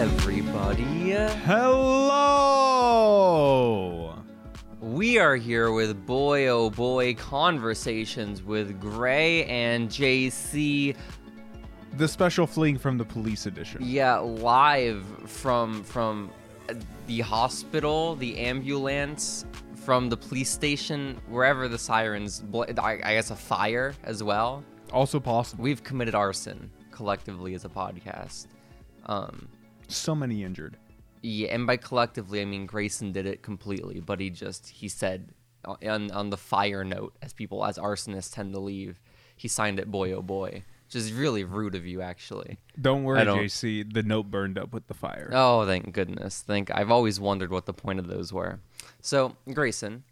everybody. Hello. We are here with Boy Oh Boy Conversations with Gray and JC. The special fleeing from the police edition. Yeah, live from from uh, the hospital, the ambulance, from the police station, wherever the sirens. Bl- I, I guess a fire as well. Also possible. We've committed arson collectively as a podcast. Um, So many injured. Yeah, and by collectively, I mean Grayson did it completely, but he just he said on on the fire note, as people as arsonists tend to leave, he signed it, boy oh boy, which is really rude of you, actually. Don't worry, I don't- JC. The note burned up with the fire. Oh, thank goodness. Thank. I've always wondered what the point of those were. So Grayson,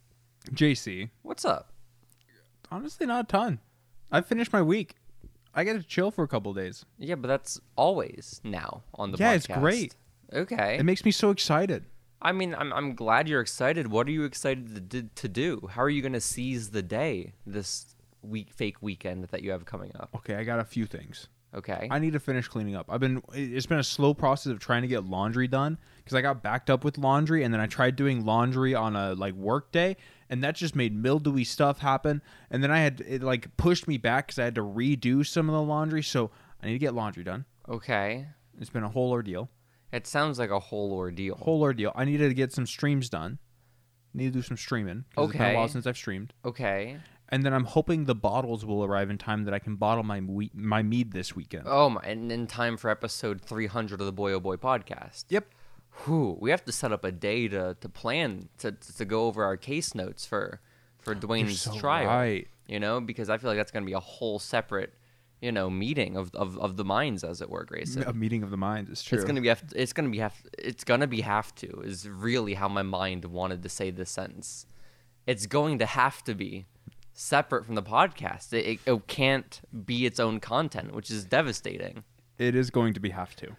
JC, what's up? honestly, not a ton. I finished my week. I get to chill for a couple days. Yeah, but that's always now on the Yeah, it's podcast. great. Okay. It makes me so excited. I mean, I'm I'm glad you're excited. What are you excited to, d- to do? How are you gonna seize the day this week fake weekend that you have coming up? Okay, I got a few things. Okay. I need to finish cleaning up. I've been it- it's been a slow process of trying to get laundry done because I got backed up with laundry and then I tried doing laundry on a like work day and that just made mildewy stuff happen and then I had it like pushed me back because I had to redo some of the laundry so I need to get laundry done. Okay. It's been a whole ordeal, It sounds like a whole ordeal. whole ordeal. I needed to get some streams done. Need to do some streaming. 'cause It's been Okay. a while since I've streamed. Okay. And then I'm hoping the bottles will arrive in time that I can bottle my we- my mead this weekend. Oh my! And in time for episode 300 of the Boy Oh Boy podcast. Yep. Whew, we have to set up a day to, to plan to, to go over our case notes for for Dwayne's so trial. right. You know, because I feel like that's going to be a whole separate, you know, meeting of of, of the minds, as it were, Grayson. A meeting of the minds. It's true. It's gonna be have. It's gonna be have. It's gonna be have to is really how my mind wanted to say this sentence. It's going to have to be separate from the podcast. It, it, it can't be its own content, which is devastating. it is going to be have to.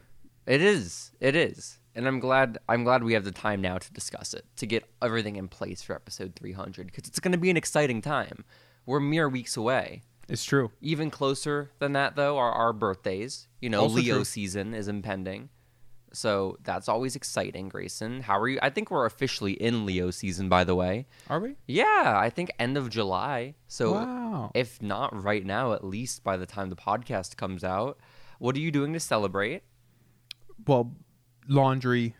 It is. It is. And I'm glad. I'm glad we have the time now to discuss it to get everything in place for episode 300 because it's gonna be an exciting time. We're mere weeks away. It's true. Even closer than that, though, are our birthdays. You know, Also Leo true. season is impending. So that's always exciting, Grayson. How are you? I think we're officially in Leo season, by the way. Are we? Yeah, I think end of July. So Wow. if not right now, at least by the time the podcast comes out. What are you doing to celebrate? Well, laundry,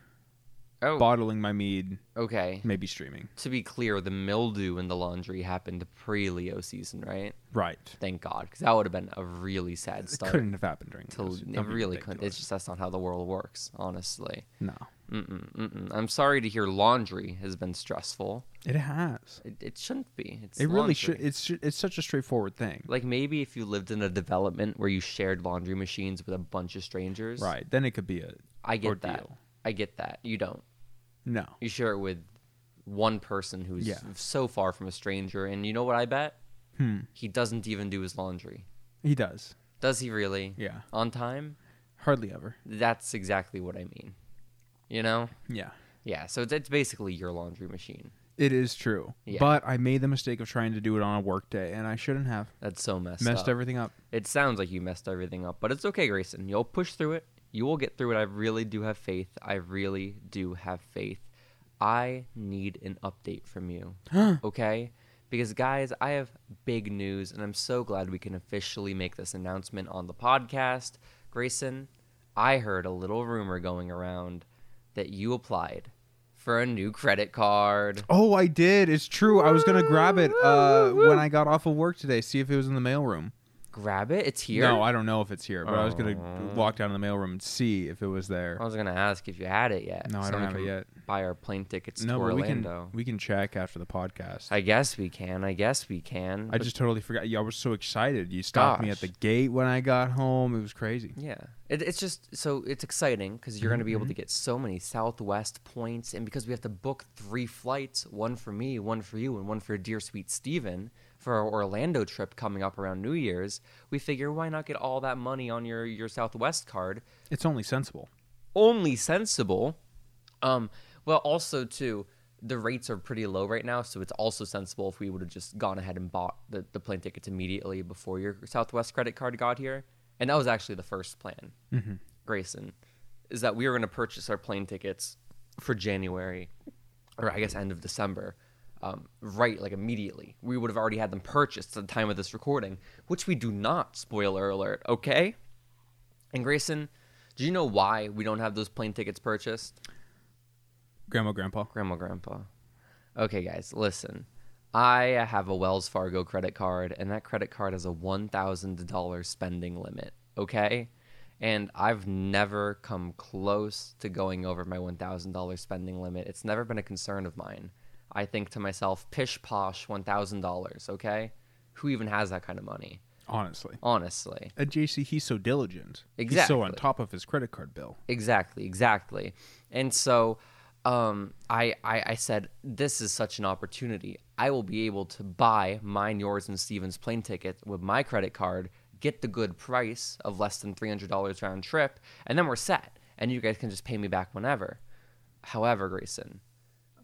Oh, bottling my mead, okay. maybe streaming. To be clear, the mildew in the laundry happened pre Leo season, right? Right. Thank God, because that would have been a really sad It start. couldn't have happened during. to this. it Don't be really couldn't. It's ridiculous. just that's not how the world works, honestly. No, Mm-mm, mm-mm. I'm sorry to hear laundry has been stressful. it has. It, it shouldn't be. It's It really laundry. should. It's ju- it's such a straightforward thing. Like maybe if you lived in a development where you shared laundry machines with a bunch of strangers, Right. Then it could be a. I get ordeal. that. I get that. You don't. No. You share it with one person who's Yeah. so far from a stranger, and you know what I bet? Hmm. He doesn't even do his laundry. He does. Does he really? Yeah. On time? Hardly ever. That's exactly what I mean. You know? Yeah. Yeah, so it's, it's basically your laundry machine. It is true. Yeah. But I made the mistake of trying to do it on a work day, and I shouldn't have That's so messed, messed up. everything up. it sounds like you messed everything up, but it's okay, Grayson. You'll push through it. You will get through it. I really do have faith. I really do have faith. I need an update from you, okay? Because, guys, I have big news, and I'm so glad we can officially make this announcement on the podcast. Grayson, I heard a little rumor going around that you applied for a new credit card. Oh, I did. It's true. I was gonna grab it uh, when I got off of work today. See if it was in the mailroom. Grab it. It's here. Oh. No, I don't know if it's here, but I was gonna walk down to the mailroom and see if it was there. I was gonna ask if you had it yet. No, I so don't we have it can yet. Buy our plane tickets no, to but we can Orlando. we can check after the podcast. I, I guess we can. I guess we can. but just totally forgot. Y'all were so excited. You stopped me at the gate when I got home. It was crazy. yeah, it, it's just so it's exciting because you're gonna be able Mm-hmm. to get so many Southwest points, and because we have to book three flights, one for me, one for you, and one for dear sweet Steven for our Orlando trip coming up around New Year's, we figure why not get all that money on your your Southwest card It's only sensible. only sensible. Um, well, also too, the rates are pretty low right now, so it's also sensible if we would have just gone ahead and bought the, the plane tickets immediately before your Southwest credit card got here. And that was actually the first plan, Grayson. is that we were going to purchase our plane tickets for January, or I guess end of December, um, right like immediately. We would have already had them purchased at the time of this recording, which we do not. Spoiler alert. Okay. And Grayson, do you know why we don't have those plane tickets purchased? Grandma, grandpa. Grandma, grandpa. Okay, guys, listen. I have a Wells Fargo credit card, and that credit card has a $1,000 spending limit, okay? And I've never come close to going over my $1,000 spending limit. It's never been a concern of mine. I think to myself, pish posh, $1,000, okay? Who even has that kind of money? Honestly, Honestly. at JC, he's so diligent. He's so on Exactly. top of his credit card bill. exactly exactly and so um I, I i said this is such an opportunity i will be able to buy mine yours and steven's plane ticket with my credit card get the good price of less than $300 round trip and then we're set and you guys can just pay me back whenever however grayson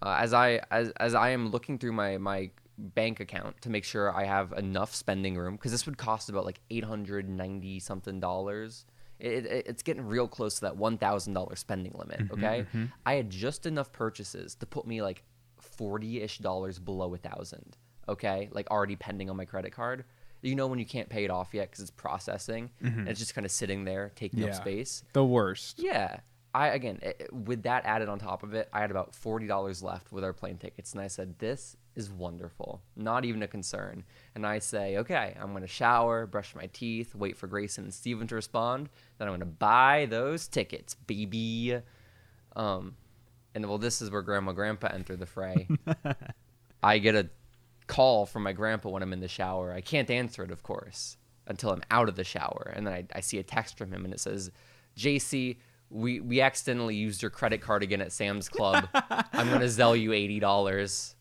uh, as I as, as I am looking through my my bank account to make sure I have enough spending room because this would cost about like eight hundred ninety something dollars. It, it, it's getting real close to that one thousand dollar spending limit. Okay, I had just enough purchases to put me like forty ish dollars below a thousand. Okay, like already pending on my credit card. You know when you can't pay it off yet because it's processing and it's just kind of sitting there taking Yeah. up space. The worst. Yeah. I again it, it- with that added on top of it, I had about forty dollars left with our plane tickets, and I said, "This is wonderful. Not even a concern." And I say, "Okay, I'm gonna shower, brush my teeth, wait for Grayson and Steven to respond. Then I'm gonna buy those tickets, baby." Um, and well, this is where Grandma Grandpa enter the fray. I get a call from my grandpa when I'm in the shower. I can't answer it, of course, until I'm out of the shower. And then I, I see a text from him and it says, JC, we, we accidentally used your credit card again at Sam's Club. I'm going to sell you $80.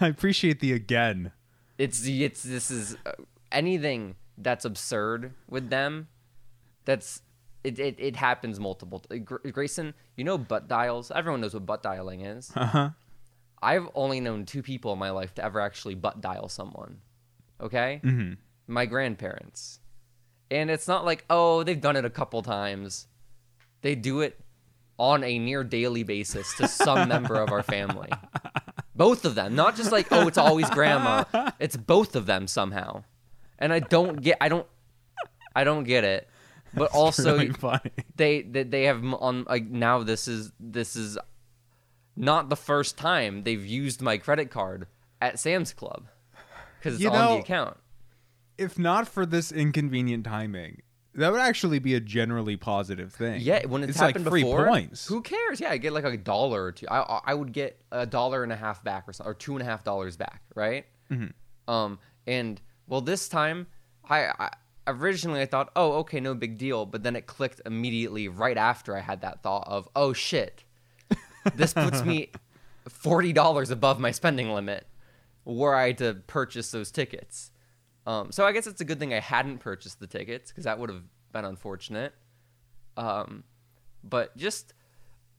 I appreciate the again. It's, it's, this is uh, anything that's absurd with them. That's, it, it, it happens multiple. T- Gr- Grayson, you know butt dials? Everyone knows what butt dialing is. Uh huh. I've only known two people in my life to ever actually butt dial someone. Okay? My grandparents. And it's not like, oh, they've done it a couple times. They do it on a near daily basis to some member of our family. Both of them. Not just like, oh, it's always grandma. It's both of them somehow. And I don't get I don't I don't get it. But also really funny. they they, they have m- on like now this is this is not the first time they've used my credit card at Sam's Club because it's You on know- the account. If not for this inconvenient timing, that would actually be a generally positive thing. Yeah, when it's, it's happened like free before, points. who cares? Yeah, I get like a dollar or two. I I- I would get a dollar and a half back or something, or two and a half dollars back, right? Mm-hmm. Um, and well, this time I, I originally I thought, oh, okay, no big deal, but then it clicked immediately right after I had that thought of, oh shit, this puts me forty dollars above my spending limit, were I to purchase those tickets. Um, so I guess it's a good thing I hadn't purchased the tickets because that would have been unfortunate. Um, but just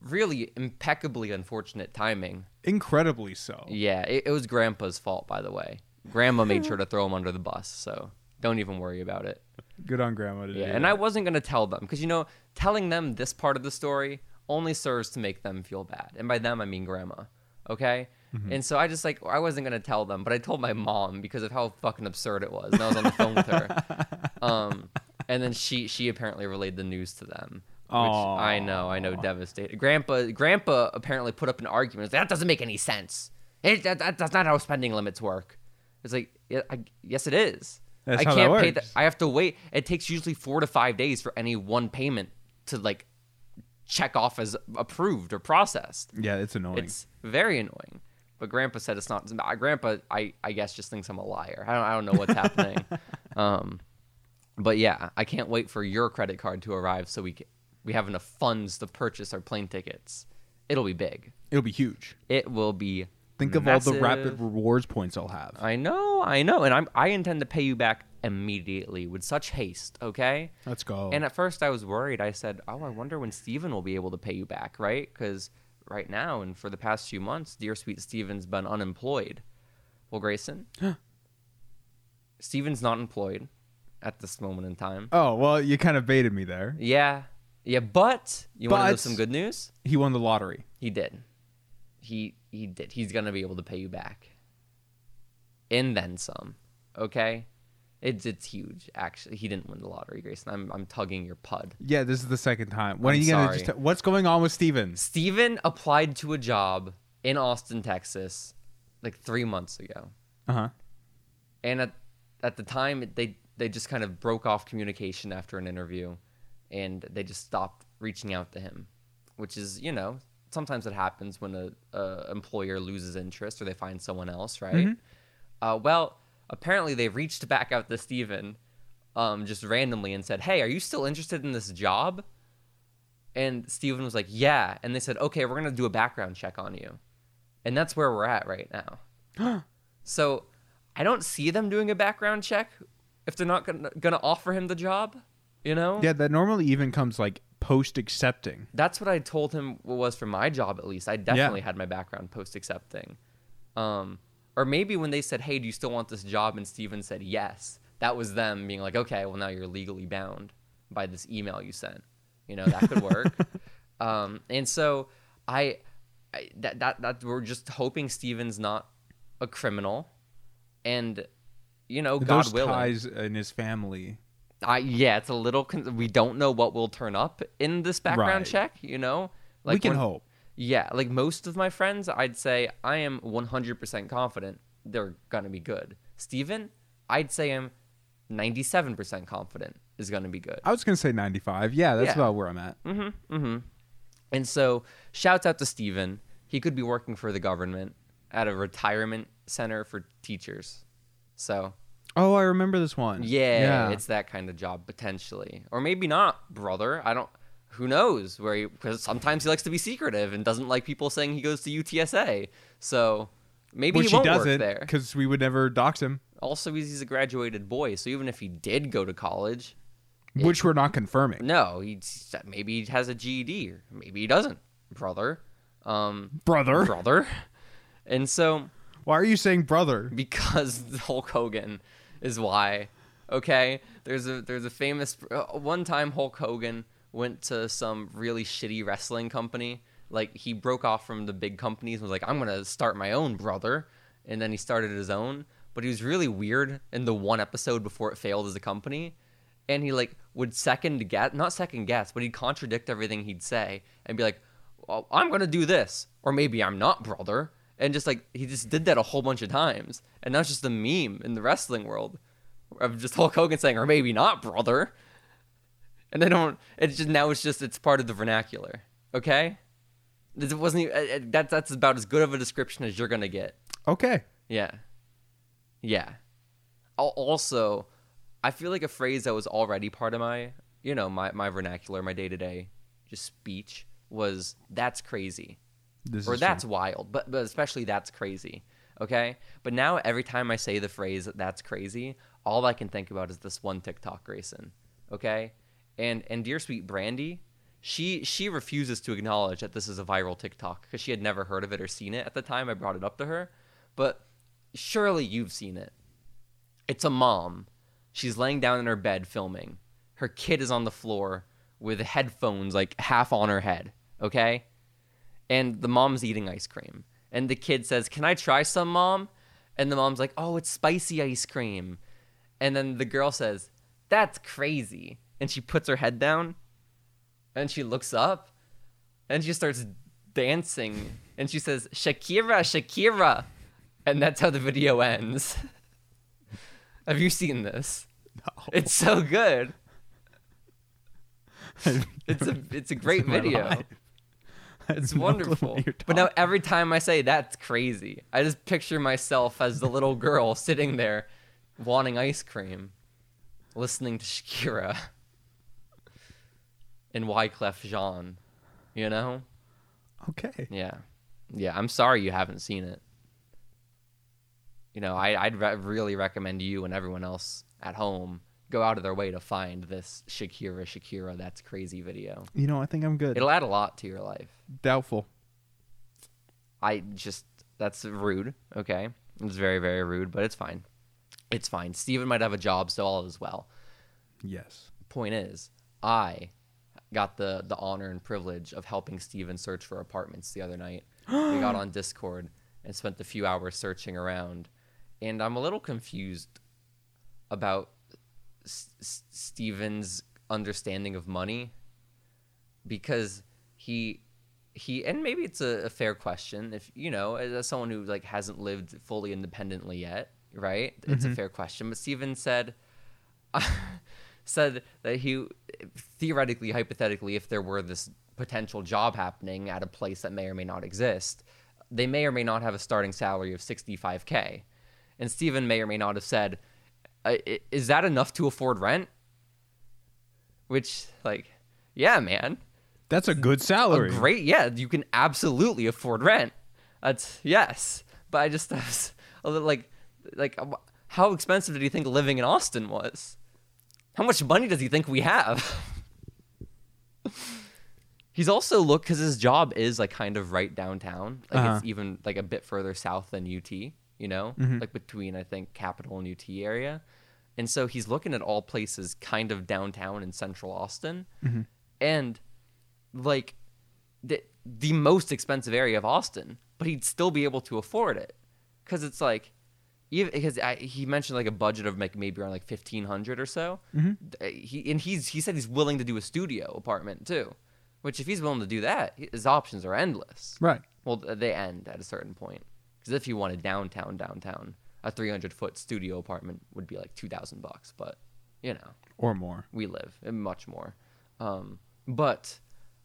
really impeccably unfortunate timing. Incredibly so. Yeah, it, it was Grandpa's fault, by the way. Grandma made sure to throw him under the bus, so don't even worry about it. Good on grandma to Yeah, do. and that. I wasn't gonna tell them because you know, telling them this part of the story only serves to make them feel bad, and by them I mean Grandma. Okay. And so I just like I wasn't gonna tell them, but I told my mom because of how fucking absurd it was, and I was on the phone with her. Um, and then she she apparently relayed the news to them. Which Aw. I know, I know, devastated. Grandpa, Grandpa apparently put up an argument. That doesn't make any sense. It, that, that, that's not how spending limits work. It's like, yeah, I, yes, it is. That's I how that can't pay works. that. I have to wait. It takes usually four to five days for any one payment to like check off as approved or processed. yeah, it's annoying. It's very annoying. But Grandpa said it's not. uh, Grandpa, I, I guess, just thinks I'm a liar. I don't, I don't know what's happening. Um, but yeah, I can't wait for your credit card to arrive so we can, we have enough funds to purchase our plane tickets. It'll be big. It'll be huge. It will be. Think of all the massive. rapid rewards points I'll have. I know, I know, and I'm I intend to pay you back immediately with such haste. Okay. Let's go. And at first, I was worried. I said, "Oh, I wonder when Steven will be able to pay you back, right? Because right now, and for the past few months, dear sweet Steven's been unemployed." Well, Grayson, Steven's not employed at this moment in time. oh well, you kind of baited me there. Yeah, Yeah, but you want to know But- some good news? He won the lottery. He did. He he did. He's gonna be able to pay you back. And then some. Okay? It's it's huge, actually. He didn't win the lottery, Grayson. I'm I'm tugging your pud. Yeah, this is the second time. When I'm are you gonna sorry. just? What's going on with Stevens? Steven applied to a job in Austin, Texas, like three months ago. Uh huh. and at at the time it- they they just kind of broke off communication after an interview and they just stopped reaching out to him which is you know sometimes it happens when a, a employer loses interest or they find someone else right uh, well apparently they reached back out to steven um, just randomly and said hey are you still interested in this job and steven was like yeah and they said okay we're going to do a background check on you and that's where we're at right now so I don't see them doing a background check if they're not gonna, gonna offer him the job. You know, Yeah, that normally even comes like post accepting. that's what I told him was for my job at least. I definitely had my background post accepting, um, or maybe when they said, "Hey, do you still want this job?" and Steven said yes, that was them being like, "Okay, well now you're legally bound by this email you sent." You know, that could work. um, and so I, I that, that that we're just hoping Steven's not a criminal, and you know, God Those willing, ties in his family. I yeah, it's a little. Con- we don't know what will turn up in this background Right. check. You know, we can when- hope. Yeah, like most of my friends, I'd say I am 100% confident they're gonna be good. Steven, I'd say I'm 97% confident is gonna be good. I was gonna say ninety five. Yeah, that's Yeah. about where I'm at. And so, shouts out to Steven. He could be working for the government at a retirement center for teachers. So, Oh, I remember this one. Yeah, it's that kind of job potentially, or maybe not, brother. I don't. Who knows where he? Because sometimes he likes to be secretive and doesn't like people saying he goes to UTSA. So maybe which he won't work doesn't there. because we would never dox him, Also, he's he's a graduated boy, so even if he did go to college, which we're not confirming, no, he maybe he has a GED, or maybe he doesn't, brother. Um, brother. brother. And so Why are you saying brother? because Hulk Hogan is why. Okay, there's a there's a famous uh, one time Hulk Hogan went to some really shitty wrestling company. Like he broke off from the big companies and was like, I'm gonna start my own brother, and then he started his own. But he was really weird in the one episode before it failed as a company, and he like would second guess, not second guess, but he'd contradict everything he'd say and be like, well, I'm gonna do this, or maybe I'm not, brother. And just like he just did that a whole bunch of times, and that's just a meme in the wrestling world of just Hulk Hogan saying, or maybe not, brother. And they don't. It's just now it's just it's part of the vernacular. Okay, it wasn't. Even, uh, uh, that that's about as good of a description as you're gonna get. Okay, Yeah. Yeah. Al- Also, I feel like a phrase that was already part of my, you know, my, my vernacular, my day to day just speech was that's crazy this or is true. that's wild, but, but especially that's crazy. Okay. But now every time I say the phrase that's crazy, all I can think about is this one TikTok, Grayson. Okay. And and dear sweet Brandy, she she refuses to acknowledge that this is a viral TikTok because she had never heard of it or seen it at the time I brought it up to her. But surely you've seen it. It's a mom. She's laying down in her bed filming. Her kid is on the floor with headphones like half on her head. Okay and the mom's eating ice cream. And the kid says, Can I try some, mom? And the mom's like, Oh, it's spicy ice cream. And then the girl says, That's crazy. And she puts her head down and she looks up and she starts dancing and she says, Shakira, Shakira. And that's how the video ends. Have you seen this? No. It's so good. It's a it's a great my video. life. I had It's no clue wonderful. what you're But now talking- every time I say that's crazy, I just picture myself as the little girl sitting there wanting ice cream, listening to Shakira and Wyclef Jean. You know? okay, Yeah. Yeah, I'm sorry you haven't seen it. You know, I, I'd re- really recommend you and everyone else at home go out of their way to find this Shakira, Shakira, that's crazy video. you know I think I'm good. It'll add a lot to your life. Doubtful. I just that's rude. Okay, it's very very rude, but it's fine. It's fine. Steven might have a job, so all is well. Yes. Point is, I got the the honor and privilege of helping Steven search for apartments the other night. we got on Discord and spent a few hours searching around, and I'm a little confused about S- S- Steven's understanding of money because he he and maybe it's a, a fair question if you know as as someone who like hasn't lived fully independently yet right it's a fair question but steven said said that he theoretically hypothetically if there were this potential job happening at a place that may or may not exist they may or may not have a starting salary of 65k and steven may or may not have said "I- i- is that enough to afford rent which like yeah man That's a good salary. a great, yeah, you can absolutely afford rent. That's yes, but I just I was a little like, like, um, how expensive did he think living in Austin was? How much money does he think we have? He's also looked because his job is like kind of right downtown, like Uh-huh. Mm-hmm. it's even like a bit further south than UT, you know, like between I think Capital and UT area, and so he's looking at all places kind of downtown in central Austin, Mm-hmm. and like the the most expensive area of Austin, but he'd still be able to afford it because it's like even because I, he mentioned like a budget of like maybe around like fifteen hundred or so. Th- He and he's he said he's willing to do a studio apartment too, which if he's willing to do that, his options are endless. Right. Well, th- they end at a certain point because if you wanted downtown, downtown, a three hundred foot studio apartment would be like two thousand bucks, but you know Or more. we live and much more um, but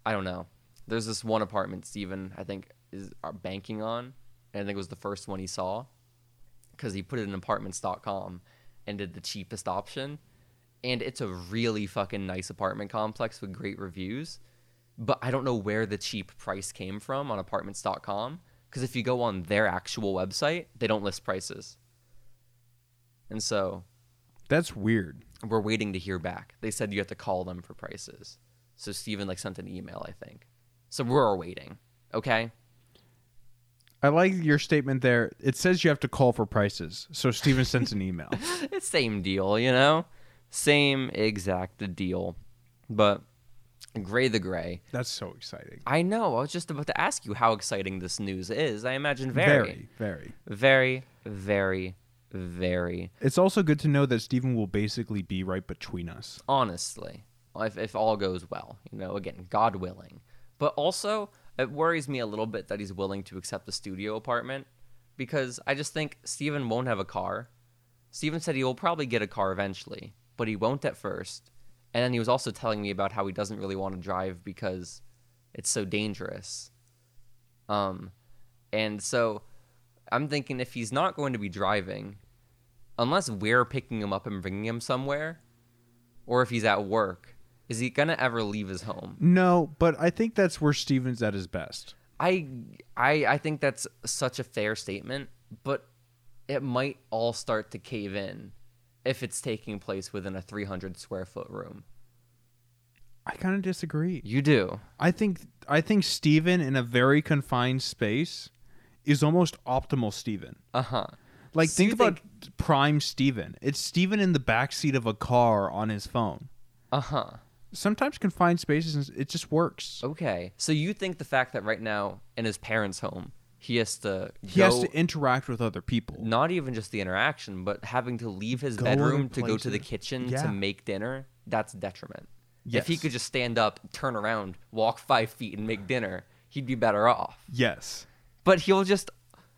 i don't know there's this one apartment steven i think is are banking on and i think it was the first one he saw because he put it in apartments.com and did the cheapest option and it's a really fucking nice apartment complex with great reviews but i don't know where the cheap price came from on apartments.com because if you go on their actual website they don't list prices and so That's weird. we're waiting to hear back. They said you have to call them for prices. So Steven like sent an email, I think. So we're waiting. Okay. I like your statement there. It says you have to call for prices. So Steven sends an email. It's same deal, you know? Same exact deal. But gray the gray. That's so exciting. I know. I was just about to ask you how exciting this news is. I imagine very, very. very. very, very, very It's also good to know that Steven will basically be right between us. honestly, if, if all goes well, you know, again, God willing. But also, it worries me a little bit that he's willing to accept the studio apartment because I just think Steven won't have a car. Steven said he will probably get a car eventually, but he won't at first. And then he was also telling me about how he doesn't really want to drive because it's so dangerous. Um, and so I'm thinking if he's not going to be driving, unless we're picking him up and bringing him somewhere, or if he's at work, is he gonna ever leave his home? No, but I think that's where Steven's at his best. I I I think that's such a fair statement, but it might all start to cave in if it's taking place within a 300 square foot room. I kind of disagree. You do. I think I think Steven in a very confined space is almost optimal Steven. Uh-huh. Like So think you about prime Steven. It's Steven in the backseat of a car on his phone. Uh-huh. Sometimes confined spaces it just works. Okay. So you think the fact that right now in his parents' home, he has to He go has to interact with other people. not even just the interaction, but having to leave his Go bedroom other to go to the places. kitchen Yeah. to make dinner, that's detriment. If he Yes. could just stand up, turn around, walk five feet, and make dinner, he'd be better off. Yes. But he'll just,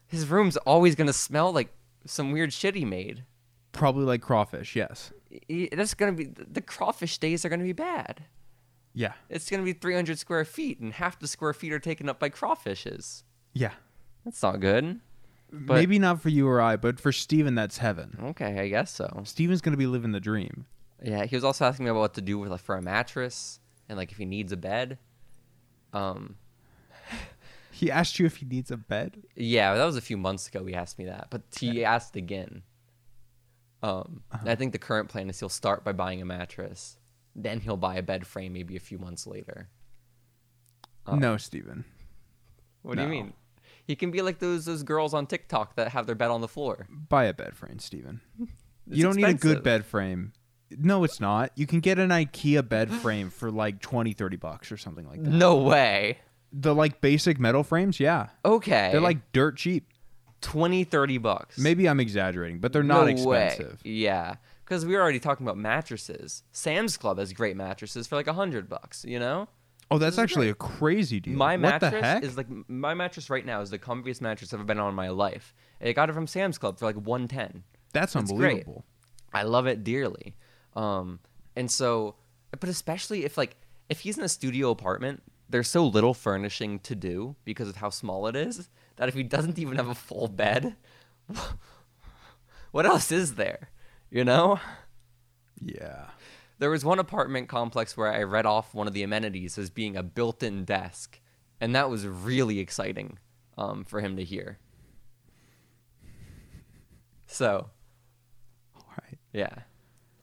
his room's always going to smell like some weird shit he made. Probably like crawfish, yes. I- I- That's going to be, the crawfish days are going to be bad. Yeah. It's going to be 300 square feet, and half the square feet are taken up by crawfishes. Yeah. That's not good. But- Maybe not for you or I, but for Steven that's heaven. Okay, I guess so. Steven's going to be living the dream. Yeah, he was also asking me about what to do with like for a mattress and like if he needs a bed. Um, He asked you if he needs a bed. yeah, that was a few months ago. He asked me that, but he asked again. Um, and I think the current plan is he'll start by buying a mattress, then he'll buy a bed frame maybe a few months later. Oh. No, Steven. What do No. you mean? He can be like those those girls on TikTok that have their bed on the floor. Buy a bed frame, Steven. It's you don't need a good expensive. bed frame. No, it's not. You can get an IKEA bed frame for like 20, 30 bucks or something like that. No way. The like basic metal frames, yeah. Okay. They're like dirt cheap. 20, 30 bucks. Maybe I'm exaggerating, but they're No not expensive. Way. Yeah. Because we were already talking about mattresses. Sam's Club has great mattresses for like a hundred bucks, you know? Oh, that's actually a crazy deal. My what mattress the heck? is like my mattress right now is the comfiest mattress I've ever been on in my life. I got it from Sam's Club for like one ten. that's it's great. unbelievable. I love it dearly. Um, and so, but especially if like if he's in a studio apartment, there's so little furnishing to do because of how small it is that if he doesn't even have a full bed, what else is there? You know, Yeah. there was one apartment complex where I read off one of the amenities as being a built-in desk, and that was really exciting um, for him to hear. So All right. yeah.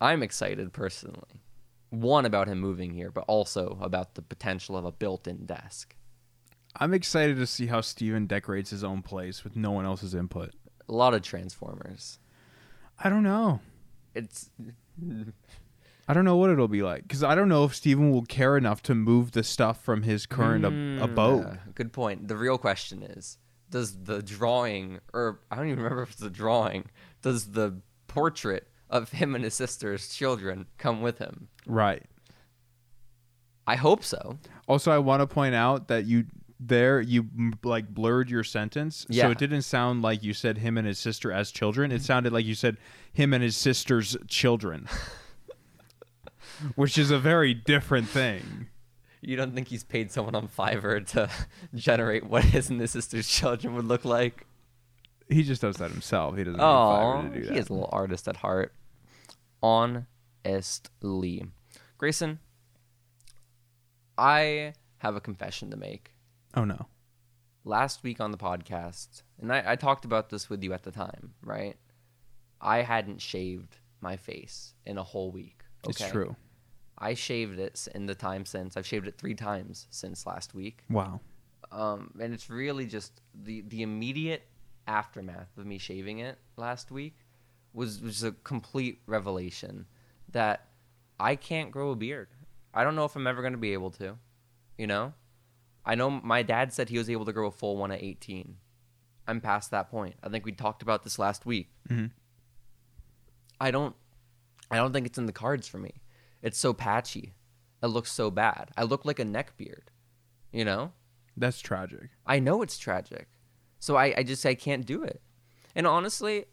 I'm excited personally. One about him moving here, but also about the potential of a built-in desk. I'm excited to see how Steven decorates his own place with no one else's input. A lot of transformers. I don't know. It's I don't know what it'll be like because I don't know if Steven will care enough to move the stuff from his current ab- abode. Yeah, good point. The real question is, does the drawing or I don't even remember if it's a drawing, does the portrait of him and his sister's children come with him? Right. I hope so. Also, I want to point out that you there you m- like blurred your sentence, so Yeah. Mm. it didn't sound like you said him and his sister as children. It sounded like you said him and his sister's children, which is a very different thing. You don't think he's paid someone on Fiverr to generate what his and his sister's children would look like? He just does that himself. He doesn't need Oh, Fiverr to do he that. is a little artist at heart. Honestly, Grayson, I have a confession to make. oh no. Last week on the podcast, and I, I talked about this with you at the time, right? I hadn't shaved my face in a whole week. It's okay? true. I shaved it s- in the time since. I've shaved it three times since last week Wow. um, and it's really just the the immediate aftermath of me shaving it last week was was a complete revelation that I can't grow a beard. I don't know if I'm ever going to be able to, you know. I know my dad said he was able to grow a full one at 18. I'm past that point. I think we talked about this last week. I don't I don't think it's in the cards for me. It's so patchy. It looks so bad. I look like a neck beard, you know? That's tragic. I know it's tragic. So I, I just I can't do it. And honestly,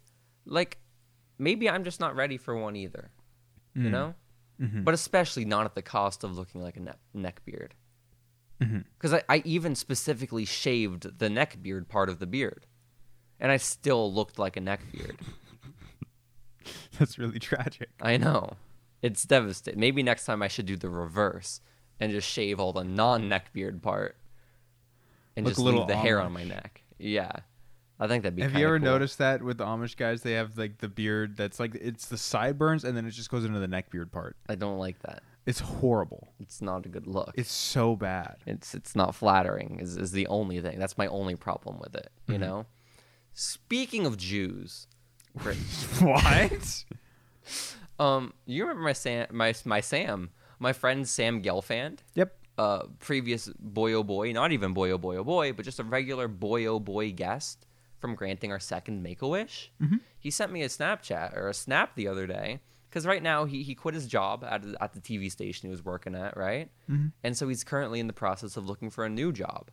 like maybe I'm just not ready for one either. You know? But especially not at the cost of looking like a ne- neck beard. Because I, I even specifically shaved the neck beard part of the beard. And I still looked like a neck beard. That's really tragic. I know. It's devastating. Maybe next time I should do the reverse and just shave all the non neck beard part and Look a just little leave the hair on Amish. my neck. Yeah. I think that'd be Have you kinda ever cool. noticed that with the Amish guys, they have like the beard that's like it's the sideburns and then it just goes into the neck beard part. I don't like that. It's horrible. It's not a good look. It's so bad. it's it's not flattering is, is the only thing that's my only problem with it you Mm-hmm. know speaking of jews Chris, what? um you remember my sam my, my sam my friend sam gelfand yep. uh previous boy oh boy not even boy oh boy oh boy but just a regular boy oh boy guest from granting our second make-a-wish he sent me a snapchat or a snap the other day because right now he, he quit his job at, at the tv station he was working at right and so he's currently in the process of looking for a new job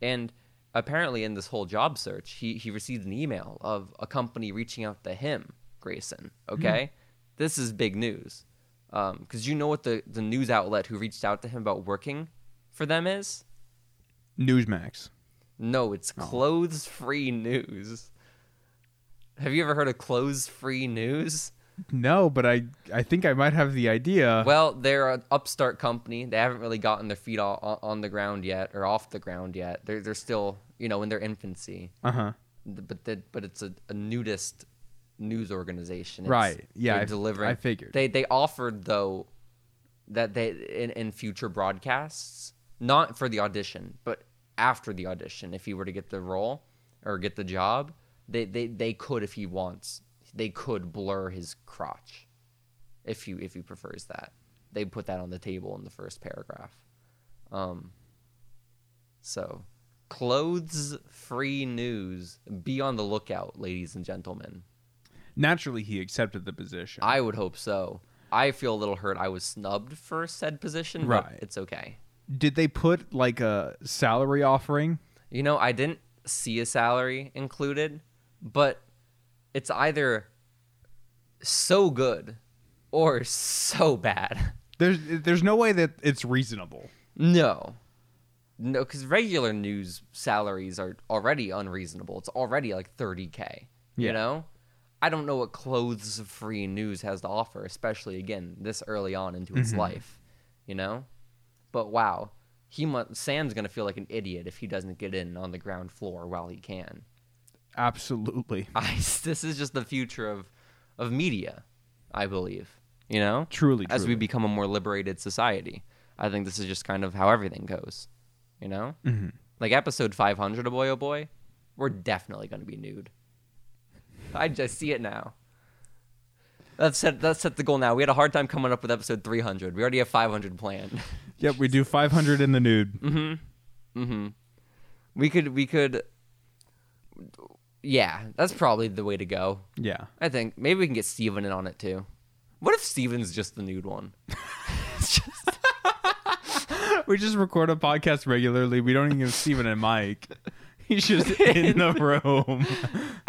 and apparently in this whole job search he, he received an email of a company reaching out to him grayson okay this is big news because Um, you know what the, the news outlet who reached out to him about working for them is Newsmax. no it's clothes free news have you ever heard of clothes free news No, but I I think I might have the idea. Well, they're an upstart company. They haven't really gotten their feet all, o- on the ground yet, or off the ground yet. They're they're still you know in their infancy. uh huh. Th- But that but it's a, a nudist news organization, It's- Right. Yeah, they're I- delivering. I figured. they they offered though that they in, in future broadcasts, not for the audition, but after the audition, if he were to get the role or get the job, they they they could if he wants, they could blur his crotch. if you if he prefers that. They put that on the table in the first paragraph. Um, so, clothes free news. Be on the lookout, ladies and gentlemen. Naturally, he accepted the position. I would hope so. I feel a little hurt. I was snubbed for said position, but Right. it's okay. Did they put like a salary offering? You know, I didn't see a salary included, but it's either so good or so bad. There's there's no way that it's reasonable. No. No, because regular news salaries are already unreasonable. It's already like 30K. You Yeah. know? I don't know what clothes free news has to offer, especially again, this early on into his life. You know? But wow. He mu- Sam's going to feel like an idiot if he doesn't get in on the ground floor while he can. Absolutely. I, this is just the future of, of media, I believe. You know? Truly, as we truly. become a more liberated society. I think this is just kind of how everything goes, you know? Mm-hmm. Like episode 500 of Boy Oh Boy, we're definitely going to be nude. I just see it now. Let's set, let's set the goal now. We had a hard time coming up with episode 300. We already have 500 planned. Yep, we do 500 in the nude. Mm-hmm. We could, we could, yeah, that's probably the way to go. Yeah. I think maybe we can get Steven in on it too. What if Steven's just the nude one? It's just- We just record a podcast regularly. We don't even have Steven and Mike. He's just in the room.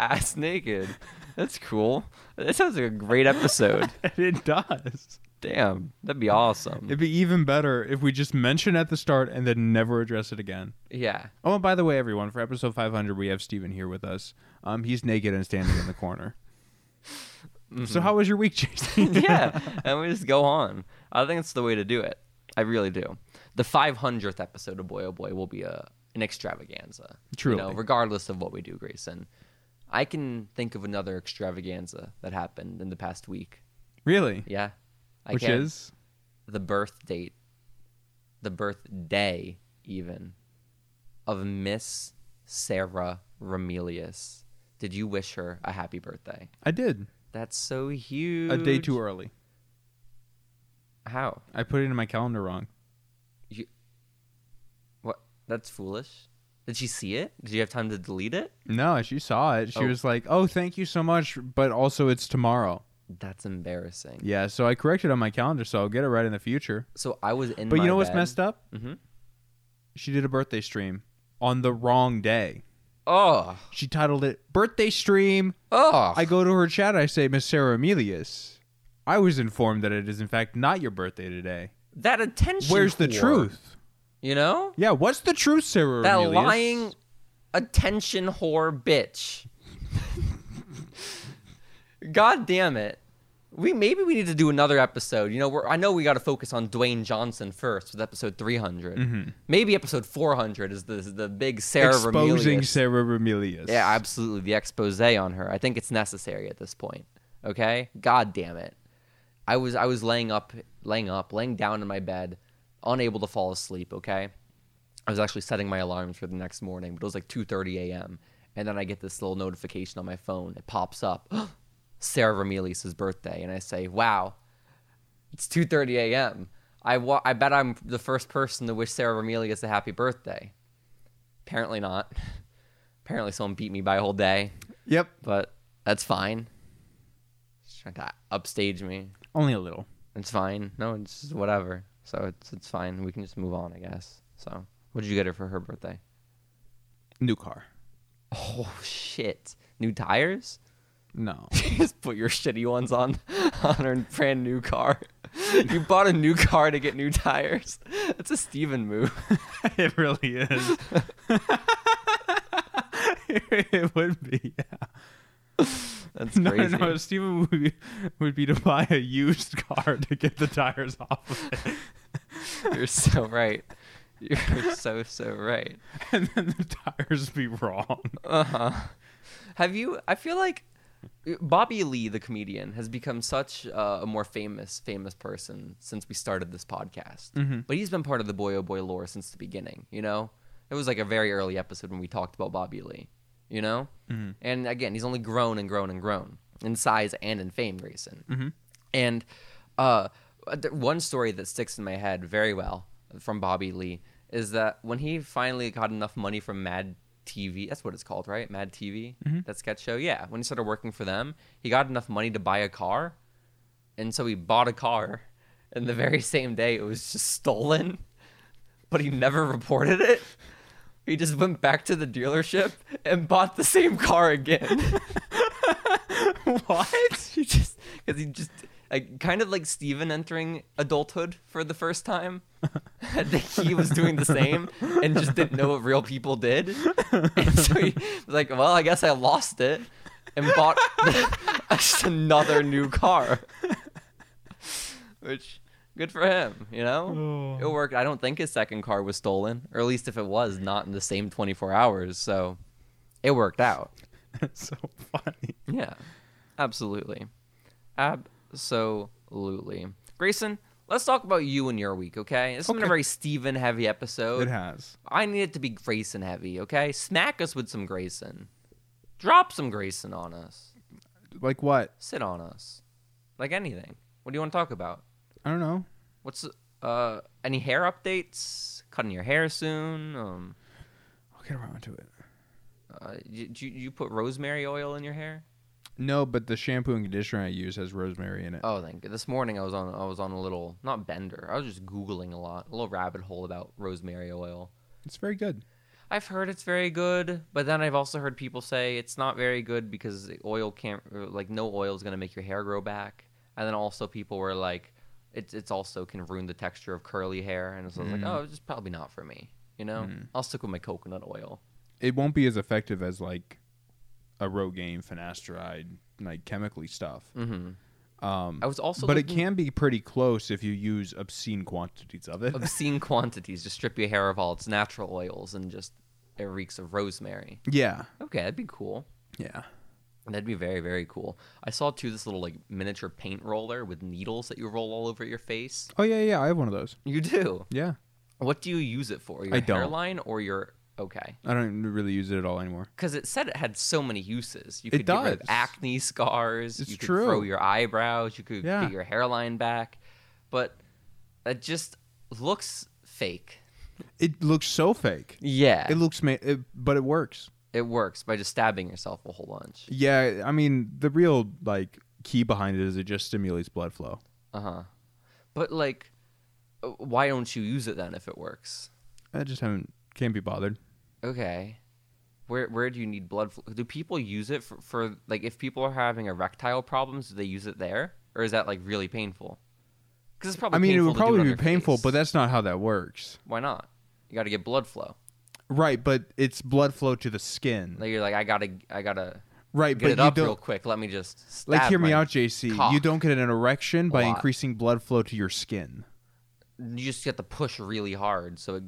ass naked. That's cool. That sounds like a great episode. it does. Damn, that'd be awesome. It'd be even better if we just mention at the start and then never address it again. Yeah. Oh, and by the way, everyone, for episode 500, we have Steven here with us. Um, he's naked and standing in the corner. So, how was your week, Jason? Yeah. and we just go on. I think it's the way to do it. I really do. The 500th episode of Boy Oh Boy will be a, an extravaganza. Truly. You know, regardless of what we do, Grayson. I can think of another extravaganza that happened in the past week. really? Yeah. I Which can. is? the birth date, the birthday even, of Miss Sarah Remelius. Did you wish her a happy birthday? I did. That's so huge. A day too early. How? I put it in my calendar wrong. What? That's foolish. Did she see it? Did you have time to delete it? No, she saw it. She Oh. was like, oh, thank you so much, but also it's tomorrow. That's embarrassing. Yeah, so I corrected on my calendar, so I'll get it right in the future. So I was in. But you know what's messed up? Mm-hmm. She did a birthday stream on the wrong day. Oh, She titled it Birthday Stream. oh! I go to her chat, I say, Miss Sarah Amelius, I was informed that it is in fact not your birthday today. that attention. Where's the whore, truth? You know Yeah, what's the truth, Sarah that Aurelius? lying attention whore bitch. God damn it. We maybe we need to do another episode. You know, we're, I know we got to focus on Dwayne Johnson first with episode 300. Maybe episode 400 is the is the big Sarah Exposing Remelius. Sarah Remelius. yeah, absolutely. The expose on her. I think it's necessary at this point. Okay? God damn it. I was I was laying up laying up, laying down in my bed, unable to fall asleep, okay? I was actually setting my alarms for the next morning, but it was like 2:30 a.m. And then I get this little notification on my phone. It pops up, Sarah Remelius' birthday, and I say, "Wow, it's 2:30 a.m. I wa- I bet I'm the first person to wish Sarah Remelius a happy birthday." Apparently not. Apparently someone beat me by a whole day, Yep. but that's fine. Just trying to upstage me. Only a little. It's fine. No, it's just whatever. So it's it's fine. We can just move on, I guess. So, what did you get her for her birthday? New car. Oh shit! New tires? No. You just put your shitty ones on on her brand new car. You bought a new car to get new tires. That's a Steven move. it really is. it would be. Yeah. That's No, crazy. no, Steven would be, would be to buy a used car to get the tires off of it. You're so right. You're so so right. and then the tires be wrong. Uh huh. Have you? I feel like Bobby Lee, the comedian, has become such uh, a more famous famous person since we started this podcast. But he's been part of the Boy Oh Boy lore since the beginning. You know, it was like a very early episode when we talked about Bobby Lee. You know, and again, he's only grown and grown and grown in size and in fame, Grayson. And Uh, th- one story that sticks in my head very well from Bobby Lee is that when he finally got enough money from Mad TV, that's what it's called, right? Mad TV, that sketch show. Yeah, when he started working for them, he got enough money to buy a car, and so he bought a car, and the very same day it was just stolen, but he never reported it. He just went back to the dealership and bought the same car again. what? He just because he just like, kind of like Steven entering adulthood for the first time. I think he was doing the same and just didn't know what real people did. And so he was like, "Well, I guess I lost it," and bought just another new car. Which good for him, you know. It worked. I don't think his second car was stolen, or at least if it was, not in the same 24 hours. So it worked out. That's so funny. Yeah, absolutely. Absolutely. Grayson, let's talk about you and your week, okay? This has been a Okay. very Steven heavy It episode. has. I need it to be Grayson heavy, okay? Smack us with some Grayson. Drop some Grayson on us. Like what? Sit on us. Like anything. What do you want to talk about? I don't know. What's uh any hair updates? Cutting your hair soon? Um I'll get around to it. uh, you, you, you put rosemary oil in your hair? No, but the shampoo and conditioner I use has rosemary in it. Oh, thank you. This morning I was on I was on a little not bender. I was just googling a lot, a little rabbit hole about rosemary oil. It's very good. I've heard it's very good, but then I've also heard people say it's not very good because the oil can't or, like no oil is going to make your hair grow back. And then also people were like it's it's also can ruin the texture of curly hair and so I was like, oh, it's just probably not for me, you know? I'll stick with my coconut oil. It won't be as effective as like a Rogaine, finasteride, like chemically stuff. Mhm. Um, I was also but it looking- can be pretty close if you use obscene quantities of it. obscene quantities just strip your hair of all its natural oils and just it reeks of rosemary. yeah, Okay, that'd be cool. yeah. That'd be very, very cool. I saw too this little like miniature paint roller with needles that you roll all over your face. Oh yeah, yeah. I have one of those. You do. Yeah, What do you use it for? Your I don't. hairline or your okay? I don't really use it at all anymore. Because it said it had so many uses. You It could get rid of does. acne scars. It's you could grow true. your eyebrows. You could Yeah. get your hairline back, but it just looks fake. It looks so fake. Yeah, It it, looks, ma- it, but it works. works by just stabbing yourself a whole bunch. Yeah, I mean the real like key behind it is it just stimulates blood flow. Uh huh. But like, uh, why don't you use it then if it works? I just haven't can't be bothered. Okay. Where where do you need blood flow? Do people use it for, for like if people are having erectile problems, do they use it there, or is that like really painful? Because it's probably. I mean, it painful would to do probably on be your painful, face. but that's not how that works. why not? You got to get blood flow. Right, but it's blood flow to the skin. Like you're like I gotta I gotta right, get but it you up don't real quick. Let me just like stab hear me my- out, JC. You cock don't get an erection by lot. increasing blood flow to your skin. you just get to push really hard so it,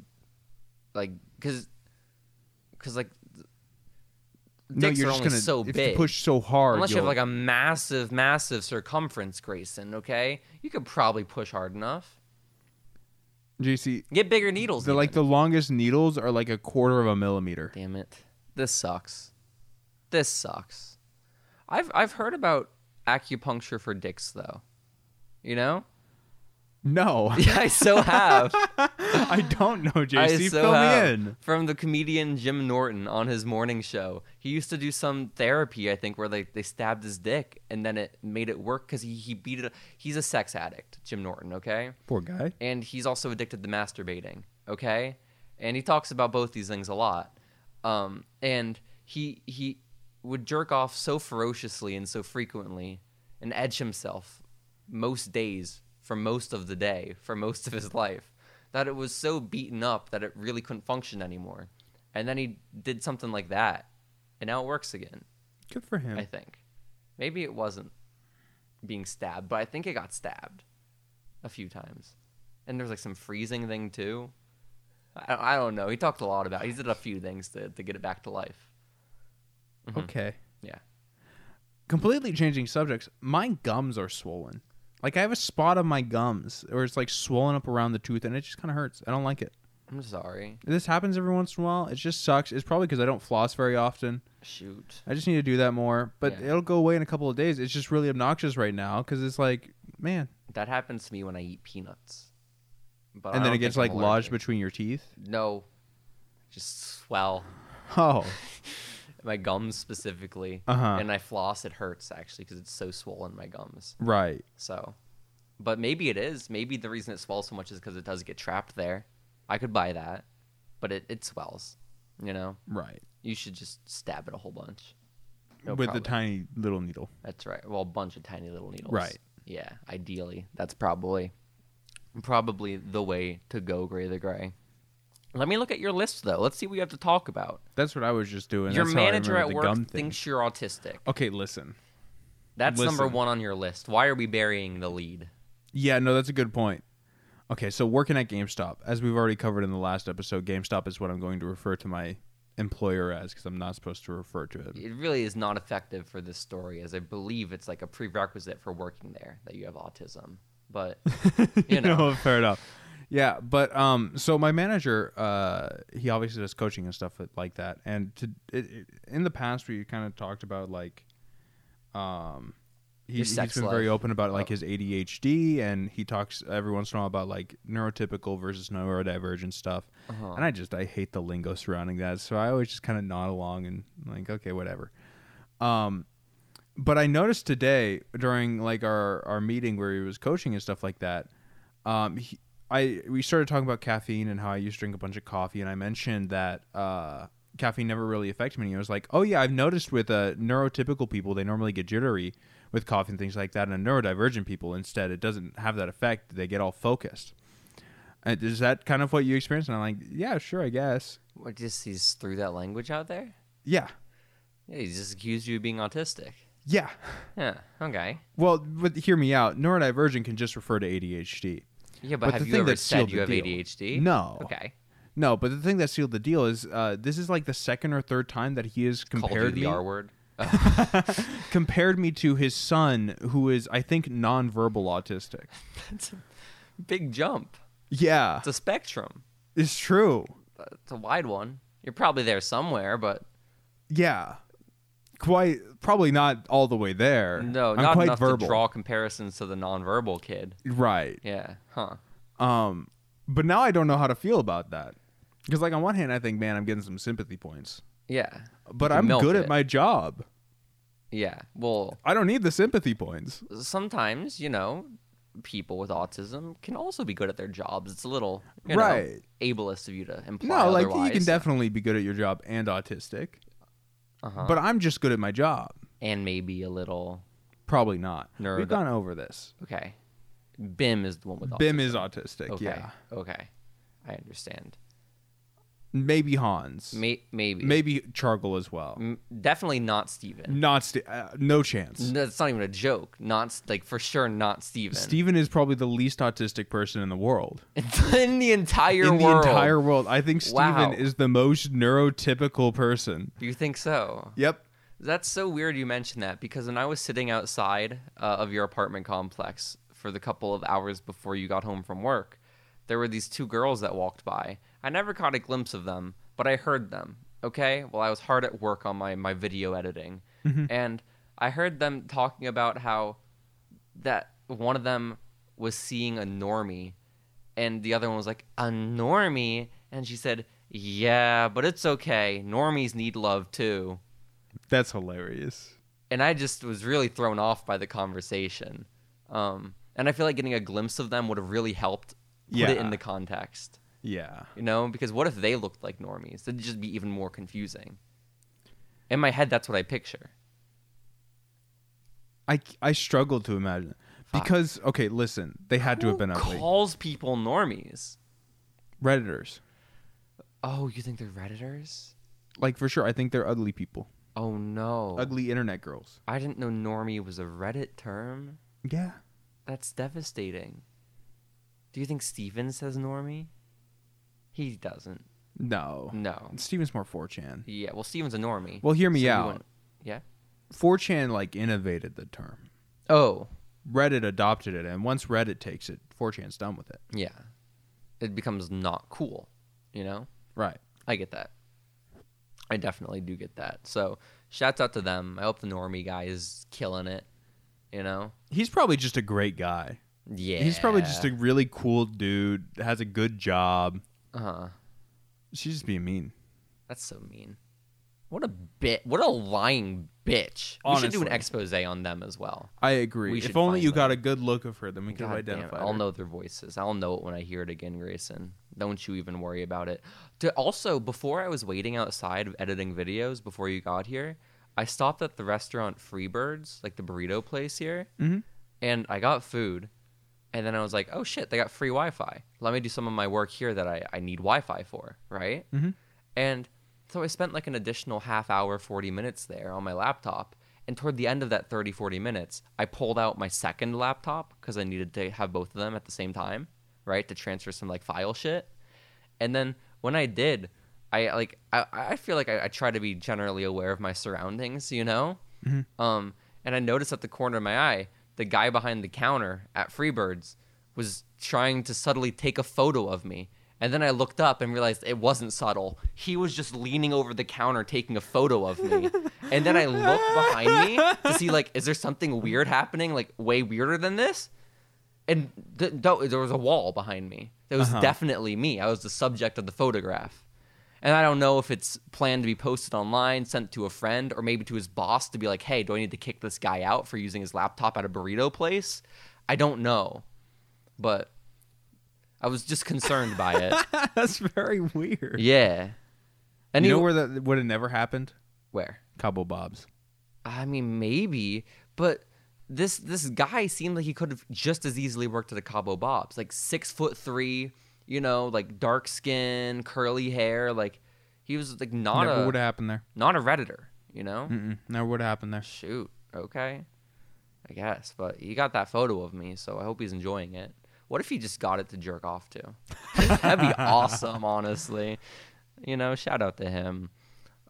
like because because like no, dicks you're are just only gonna so if big you push so hard. unless you have you'll- like a massive massive circumference grayson okay you could probably push hard enough JC, get bigger needles the like even. the longest needles are like a quarter of a millimeter. damn it this sucks this sucks i've i've heard about acupuncture for dicks though you know No, yeah i so have I don't know, I JC. so Fill have. me in. From the comedian Jim Norton on his morning show. He used to do some therapy, I think, where they, they stabbed his dick and then it made it work because he, he beat it. He's a sex addict, Jim Norton, okay? Poor guy. And he's also addicted to masturbating, okay? And he talks about both these things a lot. Um, and he he would jerk off so ferociously and so frequently and edge himself most days for most of the day, for most of his life, that it was so beaten up that it really couldn't function anymore. And then he did something like that, and now it works again. Good for him. I think. Maybe it wasn't being stabbed, but I think it got stabbed a few times. And there's like some freezing thing too. I, I don't know. He talked a lot about. He did a few things to to get it back to life. Okay. mm-hmm. Yeah. Completely changing subjects. My gums are swollen. Like I have a spot on my gums, or it's like swollen up around the tooth, and it just kind of hurts. I don't like it. I'm sorry. This happens every once in a while. It just sucks. It's probably because I don't floss very often. Shoot. I just need to do that more, but Yeah. it'll go away in a couple of days. It's just really obnoxious right now because it's like, man, That happens to me when I eat peanuts. But I and then don't it gets think like I'm lodged allergic. between your teeth. No, just swell. Oh, my gums specifically, Uh-huh. and I floss. It hurts actually because it's so swollen my gums. right. So, but maybe it is. Maybe the reason it swells so much is because it does get trapped there. I could buy that, but it, it swells. You know, Right. you should just stab it a whole bunch. No With problem. the tiny little needle. That's right. Well, a bunch of tiny little needles. Right. Yeah. Ideally, that's probably probably the way to go, Gray the Gray. Let me look at your list though. Let's see what you have to talk about. That's what I was just doing. your That's how I manager remember at the work gum thing. thinks you're autistic. Okay, listen. That's number Listen. one on your list. Why are we burying the lead? Yeah, no, that's a good point. Okay, so working at GameStop, as we've already covered in the last episode, GameStop is what I'm going to refer to my employer as because I'm not supposed to refer to it. It really is not effective for this story, as I believe it's like a prerequisite for working there that you have autism. But you know, No, fair enough. Yeah, but um, so my manager, uh, he obviously does coaching and stuff like that. And to it, it, in the past, we kind of talked about like, um, he, Your has been sex very life. open about like Oh. his ADHD, and he talks every once in a while about like neurotypical versus neurodivergent stuff. Uh-huh. And I just I hate the lingo surrounding that, so I always just kind of nod along and like okay, whatever. Um, but I noticed today during like our our meeting where he was coaching and stuff like that, um, he, I we started talking about caffeine and how I used to drink a bunch of coffee, and I mentioned that uh, caffeine never really affected me. And he was like, "Oh yeah, I've noticed with uh, neurotypical people, they normally get jittery with coffee and things like that, and neurodivergent people instead, it doesn't have that effect. They get all focused." Uh, Is that kind of what you experienced? And I'm like, yeah, sure, I guess. what just he's threw that language out there. Yeah, Yeah, he just accused you of being autistic. yeah. Yeah. Okay. Well, but hear me out. Neurodivergent can just refer to ADHD. Yeah, but, But have the you thing ever that said sealed you the have deal- ADHD? No. Okay. No, but the thing that sealed the deal is uh, this is like the second or third time that he has Called you compared the me R word. compared me to his son, who is I think nonverbal autistic. That's a big jump. Yeah, It's a spectrum. it's true. It's a wide one. You're probably there somewhere, but Yeah, quite probably not all the way there. no, I'm not quite enough verbal. to draw comparisons to the nonverbal kid. Right. Yeah. Huh. Um, but now I don't know how to feel about that because, like, on one hand, I think, man, I'm getting some sympathy points, Yeah. but You I'm milk good it. at my job. Yeah. Well, I don't need the sympathy points. sometimes you know people with autism can also be good at their jobs. It's a little you know, Right. ableist of you to imply No, like otherwise. you can definitely be good at your job and autistic, Uh-huh. but I'm just good at my job. and maybe a little Probably not. Nerd. We've gone over this. okay. Bim is the one with autism. Bim is autistic. okay. Yeah, Okay. I understand. maybe Hans. May- maybe. Mm. Maybe Chargle as well. M- definitely not Steven. Not st- uh, no chance. That's not even a joke. Not s- like for sure not Steven. Steven is probably the least autistic person in the world. in the entire in world. the entire world, I think Steven Wow. is the most neurotypical person. Do you think so? Yep. That's so weird you mentioned that because when I was sitting outside uh, of your apartment complex for the couple of hours before you got home from work, there were these two girls that walked by. I never caught a glimpse of them, but I heard them, okay? Well, I was hard at work on my, my video editing. And I heard them talking about how that one of them was seeing a normie and the other one was like a normie and she said yeah but it's okay normies need love too That's hilarious. and I just was really thrown off by the conversation. Um, and I feel like getting a glimpse of them would have really helped put it Yeah. in the context, Yeah. you know? Because what if they looked like normies? It'd just be even more confusing. In my head, that's what I picture. I I struggle to imagine because okay, listen, they had to have been Who ugly. calls people normies? Redditors, Oh, you think they're redditors? like for sure, I think they're ugly people, Oh no! ugly internet girls. I didn't know normie was a Reddit term. Yeah. That's devastating. Do you think Steven says normie? He doesn't. No. No. Steven's more 4chan. Yeah, well, Steven's a normie. Well, hear me So you out. wouldn't- yeah. 4chan like innovated the term. Oh, Reddit adopted it, and once Reddit takes it, 4chan's done with it. yeah. It becomes not cool. You know, Right. I get that. I definitely do get that. So, shouts out to them. I hope the normie guy is killing it. You know, He's probably just a great guy. Yeah. He's probably just a really cool dude, has a good job. Uh-huh. She's just being mean. That's so mean. What a bit. What a lying bitch. We should do an Honestly. expose on them as well. I We agree. should If only find you them. got a good look of her, then we could have God damn it, identified. I'll her. know their voices. I'll know it when I hear it again, Grayson. Don't you even worry about it. D- also, before I was waiting outside of editing videos before you got here, I stopped at the restaurant Freebirds, like the burrito place here, Mhm. and I got food. And then I was like, oh shit, they got free Wi Fi. Let me do some of my work here that I, I need Wi Fi for, right? Mhm. And so I spent like an additional half hour, 40 minutes there on my laptop. And toward the end of that 30, 40 minutes, I pulled out my second laptop because I needed to have both of them at the same time, right? To transfer some like file shit. And then when I did, I like, I, I feel like I, I try to be generally aware of my surroundings, you know? Um, and I noticed at the corner of my eye, the guy behind the counter at Freebirds was trying to subtly take a photo of me. And then I looked up and realized it wasn't subtle. He was just leaning over the counter taking a photo of me. and then I looked behind me to see like, is there something weird happening? Like way weirder than this? And th- th- there was a wall behind me. It was Uh-huh. definitely me. I was the subject of the photograph. And I don't know if it's planned to be posted online, sent to a friend, or maybe to his boss to be like, hey, do I need to kick this guy out for using his laptop at a burrito place? I don't know. But I was just concerned by it. That's very weird. Yeah. And you know where that would have never happened? where? Cabo Bob's. I mean, maybe, but this this guy seemed like he could have just as easily worked at a Cabo Bob's, like six foot three, you know, like dark skin, curly hair, like he was like not never a would have happened there. not a redditor, you know. Mm-mm, never would have happened there. Shoot, okay, I guess, but he got that photo of me, so I hope he's enjoying it. What if he just got it to jerk off to? That'd be awesome, honestly. You know, shout out to him.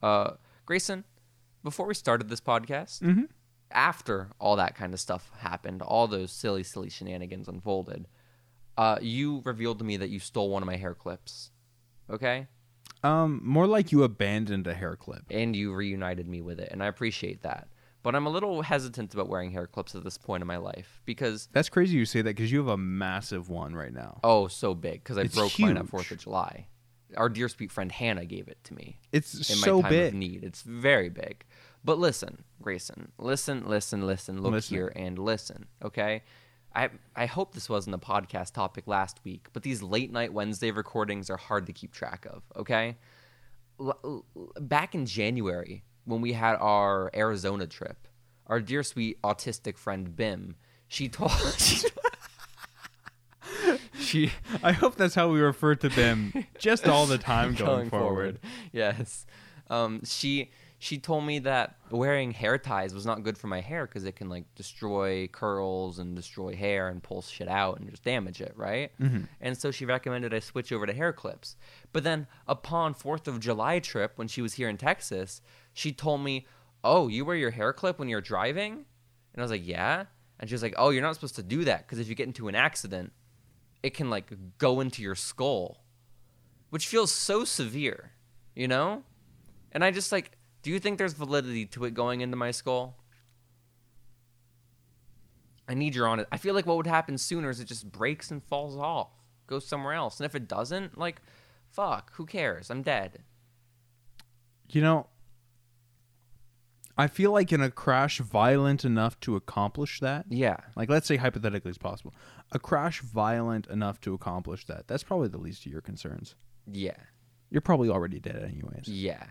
Uh, Grayson, before we started this podcast, Mhm. after all that kind of stuff happened, all those silly, silly shenanigans unfolded, uh, you revealed to me that you stole one of my hair clips. Okay? Um, more like you abandoned a hair clip. And you reunited me with it, and I appreciate that. But I'm a little hesitant about wearing hair clips at this point in my life because, That's crazy you say that because you have a massive one right now. oh, so big, because I It's broke mine at huge. 4th of July. Our dear sweet friend Hannah gave it to me It's in so my time big. of need. It's very big. But listen, Grayson, listen, listen, listen, look Listen. here and listen, okay? I I hope this wasn't a podcast topic last week, but these late night Wednesday recordings are hard to keep track of, okay? L- l- back in January when we had our Arizona trip, our dear sweet autistic friend Bim, she told she, she I hope that's how we refer to them just all the time going, forward. Yes. Um, she she told me that wearing hair ties was not good for my hair because it can like destroy curls and destroy hair and pull shit out and just damage it, right? Mm-hmm. And so she recommended I switch over to hair clips. But then upon Fourth of July trip when she was here in Texas, she told me, "Oh, you wear your hair clip when you're driving?" And I was like, "Yeah." And she was like, "Oh, you're not supposed to do that because if you get into an accident, it can like go into your skull." which feels so severe, you know? And I just like, do you think there's validity to it going into my skull? I need your honest. I feel like what would happen sooner is it just breaks and falls off, goes somewhere else. And if it doesn't, like, fuck, who cares? I'm dead. You know, I feel like in a crash violent enough to accomplish that, Yeah. like let's say hypothetically it's possible, a crash violent enough to accomplish that, that's probably the least of your concerns. Yeah. You're probably already dead anyways. Yeah.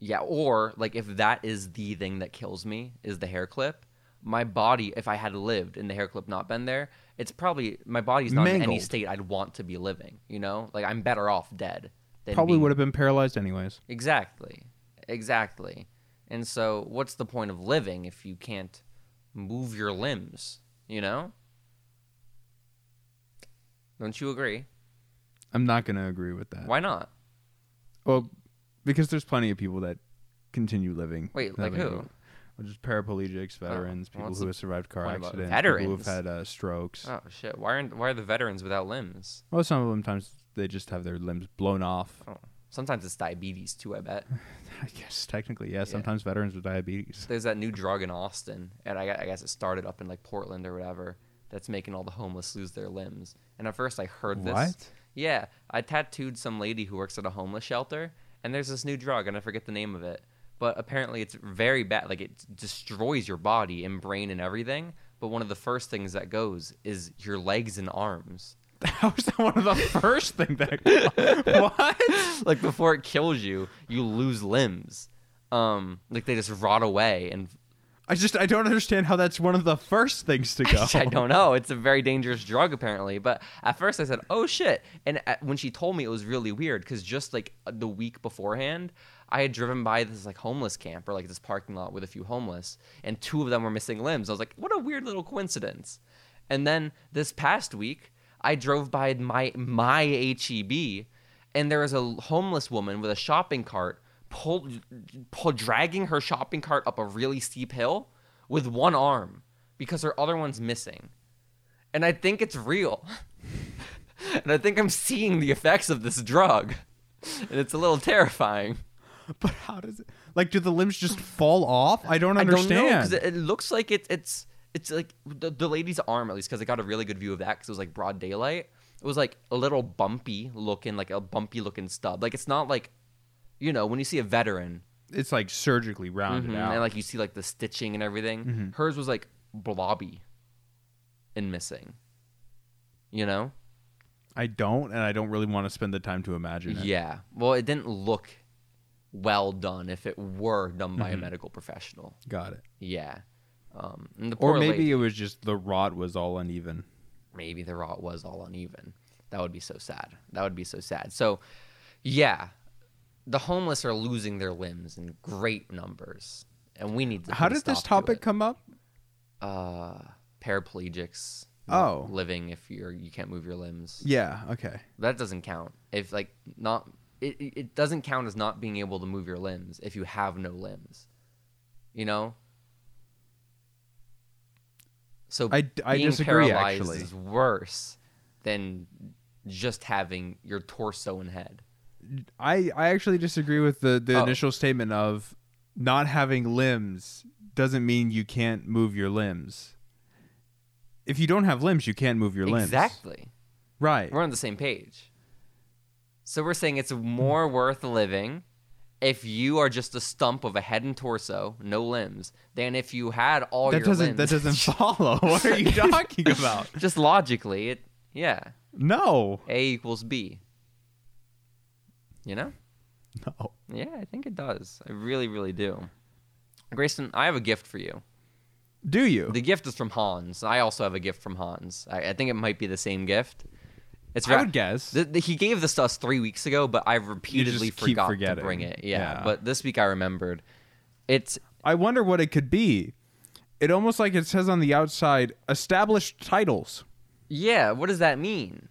Yeah. Or like if that is the thing that kills me is the hair clip, my body, if I had lived and the hair clip not been there, it's probably my body's not in any Mangled. state I'd want to be living, you know? Like I'm better off dead than Probably being- would have been paralyzed anyways. Exactly. Exactly. And so what's the point of living if you can't move your limbs, you know? Don't you agree? I'm not going to agree with that. Why not? Well, because there's plenty of people that continue living. Wait, like having- who? Oh, Well, Just paraplegics, veterans, people what's who the have survived car point about accidents, people who've veterans? had uh, strokes. Oh shit. Why aren't why are the veterans without limbs? Well, some of them times they just have their limbs blown off. Oh. Sometimes it's diabetes too, I bet. I guess technically, yeah. Sometimes veterans with diabetes. There's that new drug in Austin, and I, gue- I guess it started up in like Portland or whatever, that's making all the homeless lose their limbs. And at first I heard this. What? Yeah, I tattooed some lady who works at a homeless shelter, and there's this new drug, and I forget the name of it. But apparently, it's very bad. Like, it destroys your body and brain and everything. But one of the first things that goes is your legs and arms. How is that one of the first thing that? what? like before it kills you, you lose limbs. Um, like they just rot away, and I just I don't understand how that's one of the first things to go. I don't know. It's a very dangerous drug apparently. But at first I said, "Oh shit!" And at, when she told me, it was really weird because just like the week beforehand, I had driven by this like homeless camp or like this parking lot with a few homeless, and two of them were missing limbs. I was like, "What a weird little coincidence." And then this past week, I drove by my my E HEB, and there was a homeless woman with a shopping cart pull, pull dragging her shopping cart up a really steep hill with one arm because her other one's missing. And I think it's real. and I think I'm seeing the effects of this drug. And it's a little terrifying. But how does it? Like, do the limbs just fall off? I don't I don't know understand. because it, it looks like it, it's it's like the, the lady's arm at least because I got a really good view of that because it was like broad daylight. It was like a little bumpy looking, like a bumpy looking stub. Like it's not like, you know, when you see a veteran it's like surgically rounded Mhm, out. Mm-hmm. and like you see like the stitching and everything. Hers was like blobby and missing. You know? I don't, and I don't really want to spend the time to imagine it. Yeah. Well, it didn't look well done if it were done Mm-hmm. by a medical professional. Got it. Yeah. Um, and the Or poor maybe lady- it was just the rot was all uneven. maybe the rot was all uneven. That would be so sad. That would be so sad. So, yeah, the homeless are losing their limbs in great numbers, and we need to. How put a did this stop to topic it. come up? Uh, paraplegics. Oh. not living if you're you can't move your limbs. Yeah. Okay. That doesn't count. If like not, it it it doesn't count as not being able to move your limbs if you have no limbs. You know. So I- I being disagree, paralyzed actually. is worse than just having your torso and head. I I actually disagree with the the Oh. initial statement of not having limbs doesn't mean you can't move your limbs. If you don't have limbs, you can't move your limbs. Exactly. Right. We're on the same page. So we're saying it's more worth living if you are just a stump of a head and torso, no limbs, than if you had all That your doesn't that limbs. doesn't follow. What are you talking about? just logically, it yeah, No. A equals B. You know? No. Yeah, I think it does. I really, really do. Grayson, I have a gift for you. Do you? The gift is from Hans. I also have a gift from Hans. I, I think it might be the same gift. It's I ra- would guess. Th- th- he gave this to us three weeks ago, but I repeatedly just keep forgot to forgetting. bring it. Yeah, Yeah. but this week I remembered. It's I wonder what it could be. It almost like it says on the outside established titles. yeah. What does that mean?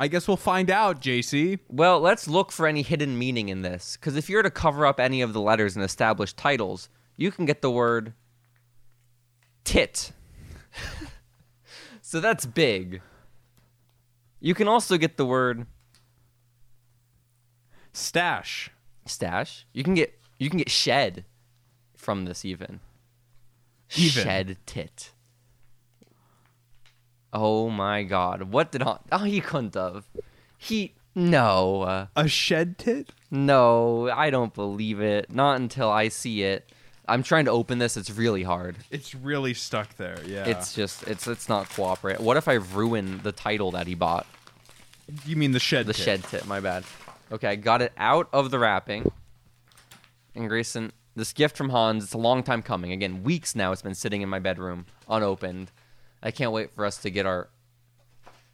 I guess we'll find out, JC. Well, let's look for any hidden meaning in this, because if you're to cover up any of the letters and establish titles, you can get the word tit. so that's big. You can also get the word Stash. stash. You can get you can get shed from this even. Even. Shed tit. Oh my god. What did Han Oh he couldn't have. He no. uh, A shed tit? no, I don't believe it. Not until I see it. I'm trying to open this, it's really hard. It's really stuck there, yeah. It's just it's it's not cooperate. What if I ruin the title that he bought? you mean the shed The tit. shed tip, my bad. Okay, I got it out of the wrapping. And Grayson, this gift from Hans, it's a long time coming. Again, weeks now it's been sitting in my bedroom unopened. I can't wait for us to get our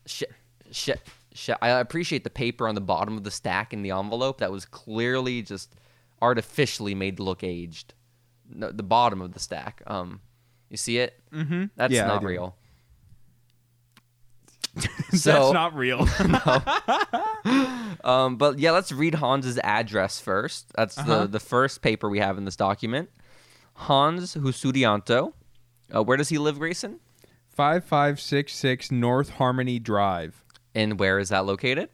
shit shit shit. I appreciate the paper on the bottom of the stack in the envelope that was clearly just artificially made to look aged. No, the bottom of the stack. Um you see it? Mm-hmm. That's Yeah, I not do. real. That's So- not real. Um, but yeah, let's read Hans's address first. That's Uh-huh. the, the first paper we have in this document. Hans Husudianto. Uh, where does he live, Grayson? 5566 North Harmony Drive, And where is that located?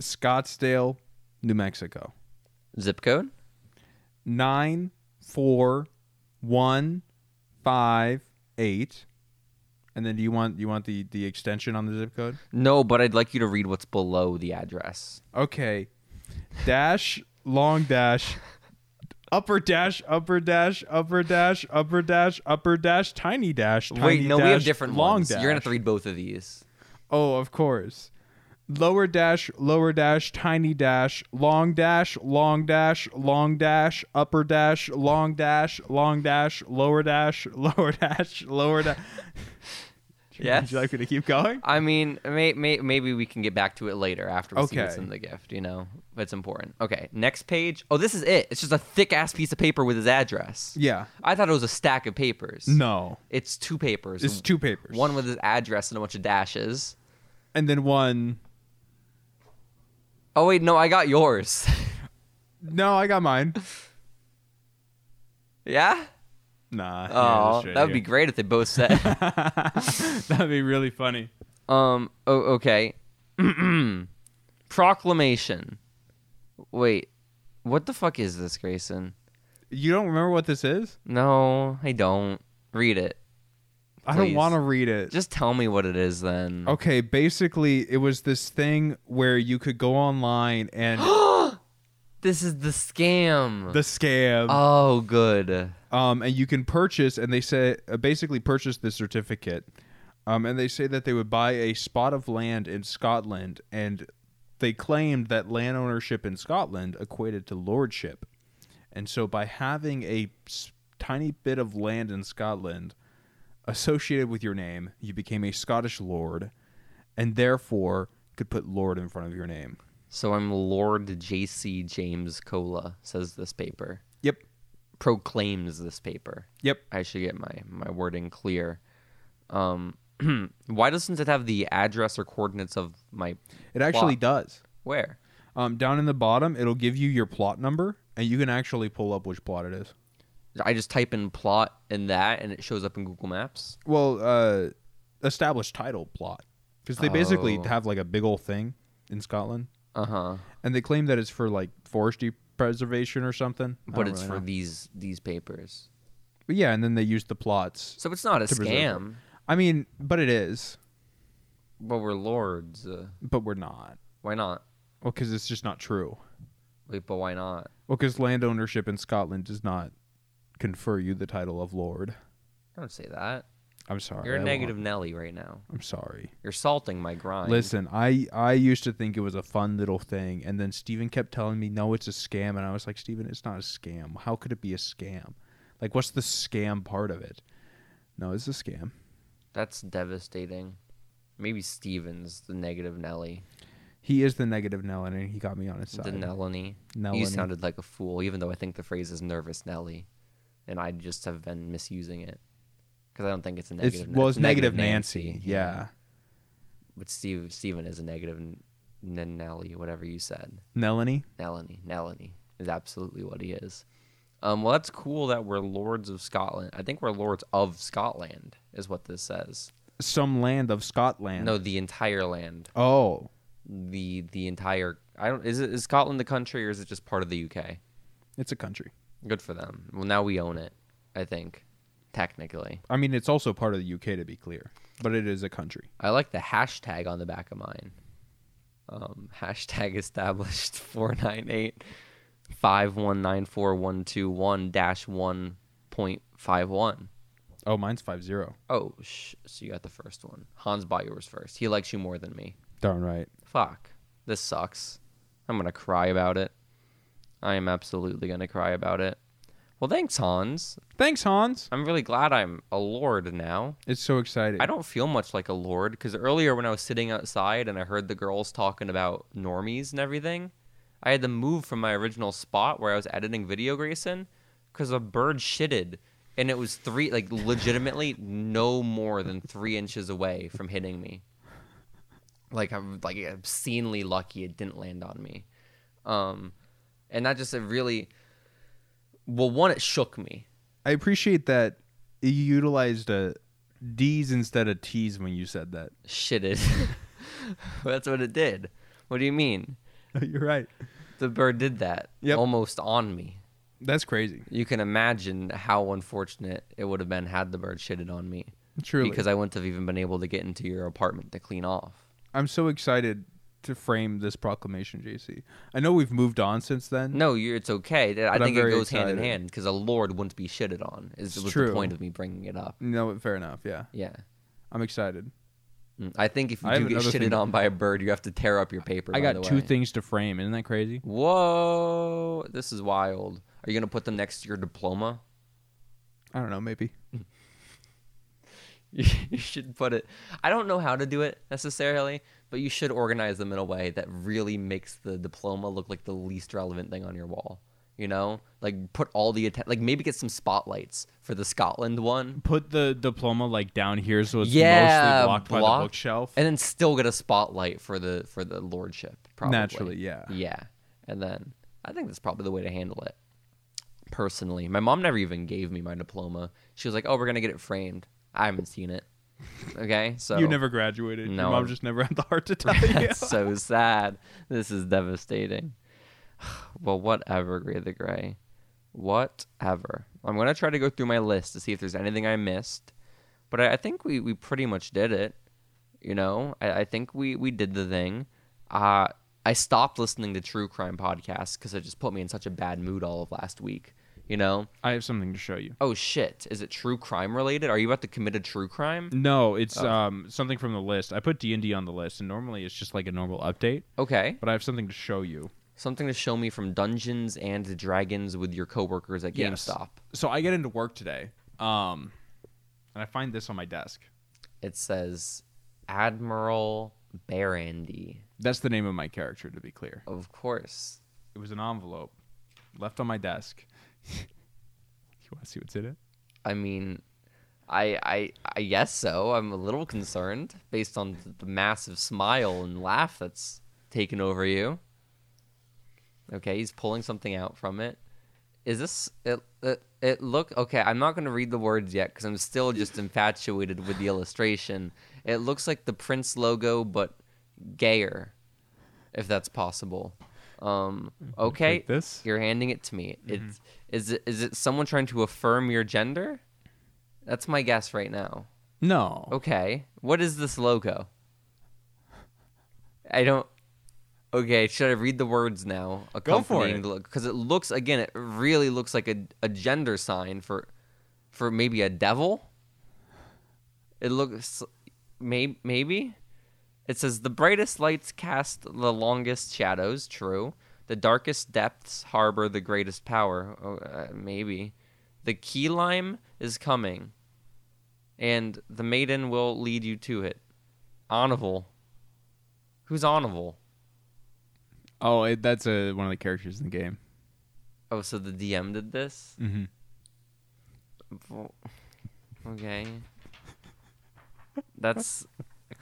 Scottsdale, New Mexico. Zip code? 94158 And then do you want you want the the extension on the zip code? No, but I'd like you to read what's below the address. Okay. Dash long dash upper dash upper dash upper dash upper dash upper dash tiny dash tiny Wait, no, we have dash, different long ones. dash. You're gonna have to read both of these. Oh, of course. Lower dash, lower dash, tiny dash, long dash, long dash, long dash, upper dash, long dash, long dash, lower dash, lower dash, lower dash. Would Yes. you like me to keep going? I mean, may, may, maybe we can get back to it later after we see what's Okay. in the gift. You know, If it's important. Okay, next page. Oh, this is it. It's just a thick ass piece of paper with his address. Yeah. I thought it was a stack of papers. No. it's two papers. It's two papers. One with his address and a bunch of dashes. and then one. Oh wait, no, I got yours. No, I got mine. yeah. Oh, Nah. that would be great if they both said. great. That'd be really funny. Um. Oh, okay. Proclamation. Wait, what the fuck is this, Grayson? You don't remember what this is? No, I don't. Read it. I don't Please. want to read it. Just tell me what it is then. Okay, basically, it was this thing where you could go online and This is the scam. the scam, oh, good. um, and you can purchase, and they say uh, basically purchase the certificate, um, and they say that they would buy a spot of land in Scotland, and they claimed that land ownership in Scotland equated to lordship, and so by having a s- tiny bit of land in Scotland associated with your name, you became a Scottish lord, and therefore could put lord in front of your name. So I'm Lord J.C. James Cola, says this paper. Yep. Proclaims this paper. Yep. I should get my, my wording clear. Um, why doesn't it have the address or coordinates of my It actually does. where? Um, down in the bottom, it'll give you your plot number, and you can actually pull up which plot it is. I just type in plot and that, and it shows up in Google Maps. Well, uh, established title plot, because they basically Oh. have like a big old thing in Scotland, Uh huh. and they claim that it's for like forestry preservation or something. I But don't it's really for know. these these papers. But yeah, and then they use the plots. So it's not a To preserve it. scam, I mean, but it is, but we're lords. Uh, but we're not. why not? Well, because it's just not true. Wait, but why not? Well, because land ownership in Scotland does not confer you the title of lord. Don't say that. I'm sorry. You're I a won't. negative Nelly right now. I'm sorry. You're salting my grind. Listen, I I used to think it was a fun little thing, and then Steven kept telling me, "No, it's a scam," and I was like, "Steven, it's not a scam. How could it be a scam? Like, what's the scam part of it?" No, it's a scam. That's devastating. Maybe Steven's the negative Nelly. He is the negative Nellin, and he got me on his side. The Nelony. Nellin. You sounded like a fool, even though I think the phrase is nervous Nelly. And I just have been misusing it. Because I don't think it's a negative it's Ne- well, it's negative, Nancy. Yeah. but Steve Steven is a negative n- n- Nelly, whatever you said. Nellany. Nelony, Nelony is absolutely what he is. Um, well, that's cool that we're lords of Scotland. I think we're lords of Scotland, is what this says. Some land of Scotland. No, the entire land, Oh, the the entire. I don't. Is it is Scotland the country or is it just part of the UK? it's a country. Good for them. Well, now we own it. I think, technically. I mean, it's also part of the UK to be clear, but it is a country. I like the hashtag on the back of mine. Um, hashtag established four nine eight five one nine four one two one dash one point five one. Oh, mine's five zero. Oh, sh- so you got the first one. Hans bought yours first. He likes you more than me. Darn right. Fuck. This sucks. I'm gonna cry about it. I am absolutely gonna cry about it. Well, thanks, Hans. Thanks, Hans. I'm really glad I'm a lord now. It's so exciting. I don't feel much like a lord because earlier when I was sitting outside and I heard the girls talking about normies and everything, I had to move from my original spot where I was editing video, Grayson, because a bird shitted and it was three, like legitimately no more than three inches away from hitting me. Like I'm like obscenely lucky it didn't land on me, um, and that just it really. Well, one, it shook me. I appreciate that you utilized uh, D's instead of T's when you said that. shitted. That's what it did. What do you mean? You're right. The bird did that Yep. almost on me. That's crazy. You can imagine how unfortunate it would have been had the bird shitted on me. Truly. because I wouldn't have even been able to get into your apartment to clean off. I'm so excited to frame this proclamation, JC. I know we've moved on since then. No, you're, it's okay. Th- I But I'm think it very goes hand in excited. hand because the Lord wouldn't be shitted on. Is It's was true. the point of me bringing it up? No, fair enough. Yeah, Yeah, I'm excited. Mm. I think if you I have do get another shitted thing. on by a bird, you have to tear up your paper. I by got the two way. things to frame. Isn't that crazy? Whoa, this is wild. Are you gonna put them next to your diploma? I don't know. Maybe. you should put it i don't know how to do it necessarily but you should organize them in a way that really makes the diploma look like the least relevant thing on your wall you know like put all the atten- like maybe get some spotlights for the scotland one Put the diploma like down here, so it's yeah mostly blocked by block, the bookshelf. and then still get a spotlight for the for the lordship probably Naturally, yeah. yeah and then i think that's probably the way to handle it personally my mom never even gave me my diploma she was like oh we're gonna get it framed i haven't seen it okay so you never graduated. Your No, mom I'm- just never had the heart to tell you. That's so sad. This is devastating. Well, whatever, Gray the Gray. Whatever. I'm gonna try to go through my list to see if there's anything I missed. But I, I think we, we pretty much did it. You know, I, I think we, we did the thing. Uh I stopped listening to true crime podcasts because it just put me in such a bad mood all of last week. You know? I have something to show you. Oh shit. Is it true crime related? Are you about to commit a true crime? No, it's Oh. um something from the list. I put D and D on the list, and normally it's just like a normal update. Okay. But I have something to show you. Something to show me from Dungeons and Dragons with your coworkers at Yes. GameStop. So I get into work today, um, and I find this on my desk. It says Admiral Barandy. That's the name of my character, to be clear. Of course. It was an envelope left on my desk. you want to see what's in it? I mean, I, I I guess so. I'm a little concerned based on th- the massive smile and laugh that's taken over you. Okay, he's pulling something out from it. Is this it? It, it look okay. I'm not going to read the words yet because I'm still just infatuated with the illustration. It looks like the Prince logo, but gayer, if that's possible. Um, okay, Like this? you're handing it to me. It's is it is it someone trying to affirm your gender? That's my guess right now. No. Okay, what is this logo? I don't. Okay, should I read the words now? Go for it. because it looks again. It really looks like a a gender sign for, for maybe a devil. It looks, maybe maybe. It says the brightest lights cast the longest shadows. True. The darkest depths harbor the greatest power. Oh, uh, maybe. The key lime is coming, and the maiden will lead you to it. Onival. Who's Onival? Oh, it, that's uh one of the characters in the game. Oh, so the DM did this? Mm-hmm. Vo- Okay. That's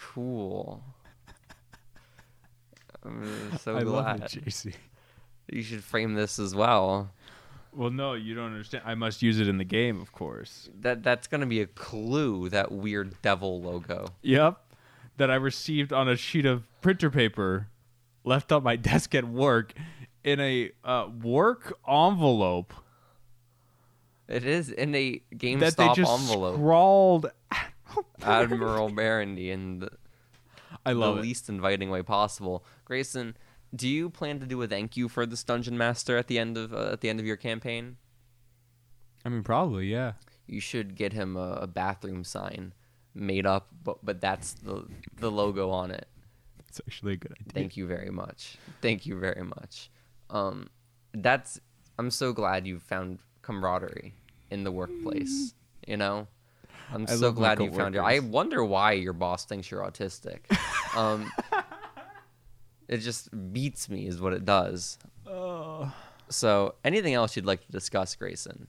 cool. I'm so I glad. love it, JC. You should frame this as well. Well, no, you don't understand. I must use it in the game, of course. That that's gonna be a clue. That weird devil logo. Yep. That I received on a sheet of printer paper left on my desk at work in a uh, work envelope It is in a that they GameStop just envelope. scrawled. Admiral Barandy in the, I the love it. least inviting way possible. Grayson, do you plan to do a thank you for this dungeon master at the end of uh, at the end of your campaign? I mean, probably, yeah. you should get him a, a bathroom sign made up, but but that's the the logo on it. It's actually a good idea. Thank you very much. Thank you very much. Um, that's I'm so glad you found camaraderie in the workplace. You know, I'm I so love my glad you found your. I coworkers. wonder why your boss thinks you're autistic. Um, it just beats me, is what it does. Oh, So, anything else you'd like to discuss, Grayson?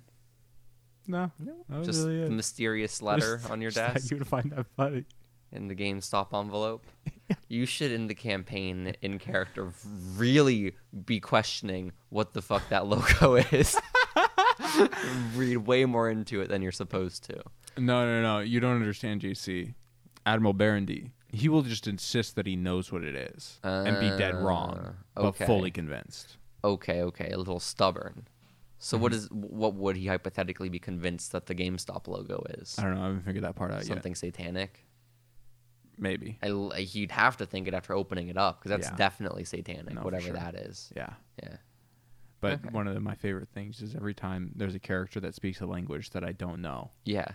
no. no Just the mysterious letter on your desk. You would find that funny. in the GameStop envelope. you should, in the campaign, in character, really be questioning what the fuck that logo is. Read way more into it than you're supposed to. No, no, no. You don't understand, JC. Admiral Barandy. He will just insist that he knows what it is and be dead wrong, Uh, but okay. fully convinced. Okay, okay, a little stubborn. So Mm-hmm. what is what would he hypothetically be convinced that the GameStop logo is? I don't know. I haven't figured that part out yet. Something satanic. Maybe. I, l- he'd have to think it after opening it up because that's Yeah. definitely satanic, No, for whatever sure. that is. Yeah. Yeah. But Okay. one of the, my favorite things is every time there's a character that speaks a language that I don't know, Yeah.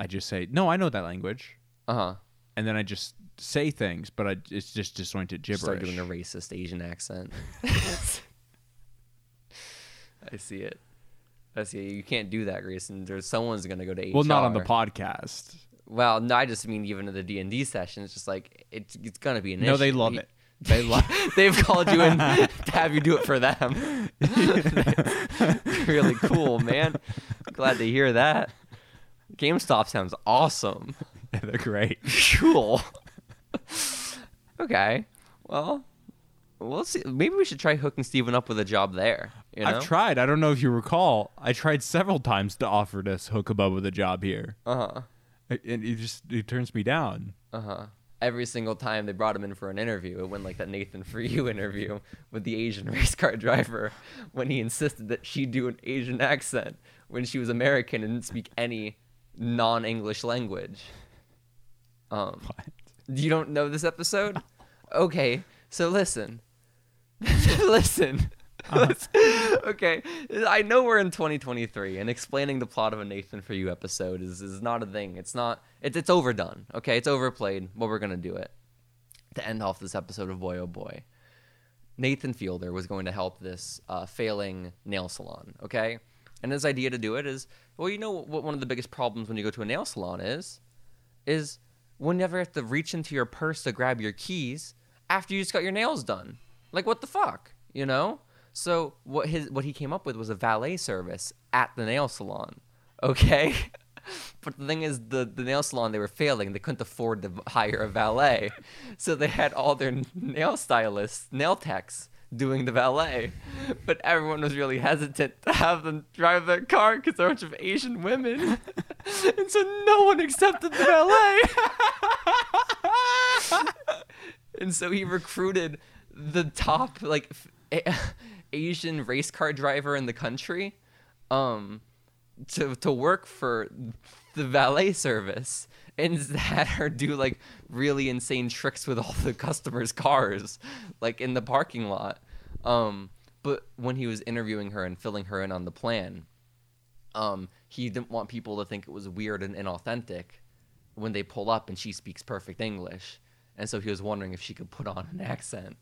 I just say, "No, I know that language," Uh huh. and then I just say things, but I, it's just disjointed gibberish. Start doing a racist Asian accent. I see it. I see it. You can't do that, Grayson. There's someone's gonna go to HR. well, not on the podcast. Well, no, I just mean even in the D and D session, it's just like it's it's gonna be an No, they issue. love He- it. They love. They've called you in to have you do it for them. really cool, man. Glad to hear that. GameStop sounds awesome. yeah, they're great. Cool. okay. Well, we'll see. Maybe we should try hooking Steven up with a job there. You know? I've tried. I don't know if you recall. I tried several times to offer to hook him up with a job here, Uh huh. and he just he turns me down. Uh huh. Every single time they brought him in for an interview, it went like that Nathan for you interview with the Asian race car driver when he insisted that she do an Asian accent when she was American and didn't speak any non English language. Um, What? you don't know this episode? Okay, so listen. listen. Let's- okay, I know we're in 2023, and explaining the plot of a Nathan for You episode is, is not a thing. It's not. It's it's overdone. Okay, it's overplayed. But we're gonna do it to end off this episode of Boy Oh Boy. Nathan Fielder was going to help this uh, failing nail salon, okay? And his idea to do it is, well, you know what one of the biggest problems when you go to a nail salon is, is whenever you have to reach into your purse to grab your keys after you just got your nails done. Like what the fuck, you know? So what his what he came up with was a valet service at the nail salon, okay? But the thing is, the, the nail salon they were failing. They couldn't afford to hire a valet, so they had all their nail stylists, nail techs, doing the valet. But everyone was really hesitant to have them drive their car because there were a bunch of Asian women, and so no one accepted the valet. and so he recruited the top like f- a- Asian race car driver in the country. Um, to to work for the valet service and had her do like really insane tricks with all the customers' cars, like in the parking lot. Um, but when he was interviewing her and filling her in on the plan, um, he didn't want people to think it was weird and inauthentic when they pull up and she speaks perfect English, and so he was wondering if she could put on an accent,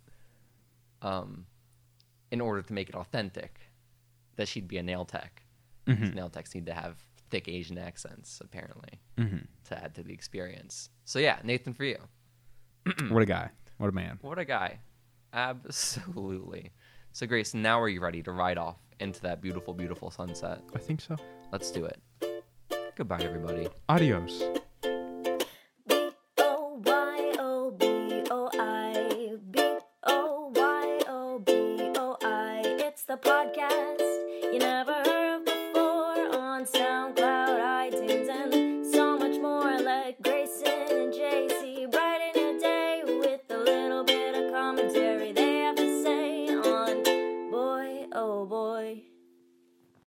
um, in order to make it authentic, that she'd be a nail tech. 'Cause Nail techs need to have thick Asian accents apparently to add to the experience. So yeah, Nathan for you. what a guy. What a man. What a guy. Absolutely. So Grace, now are you ready to ride off into that beautiful, beautiful sunset? I think so. Let's do it. Goodbye, everybody. Adios.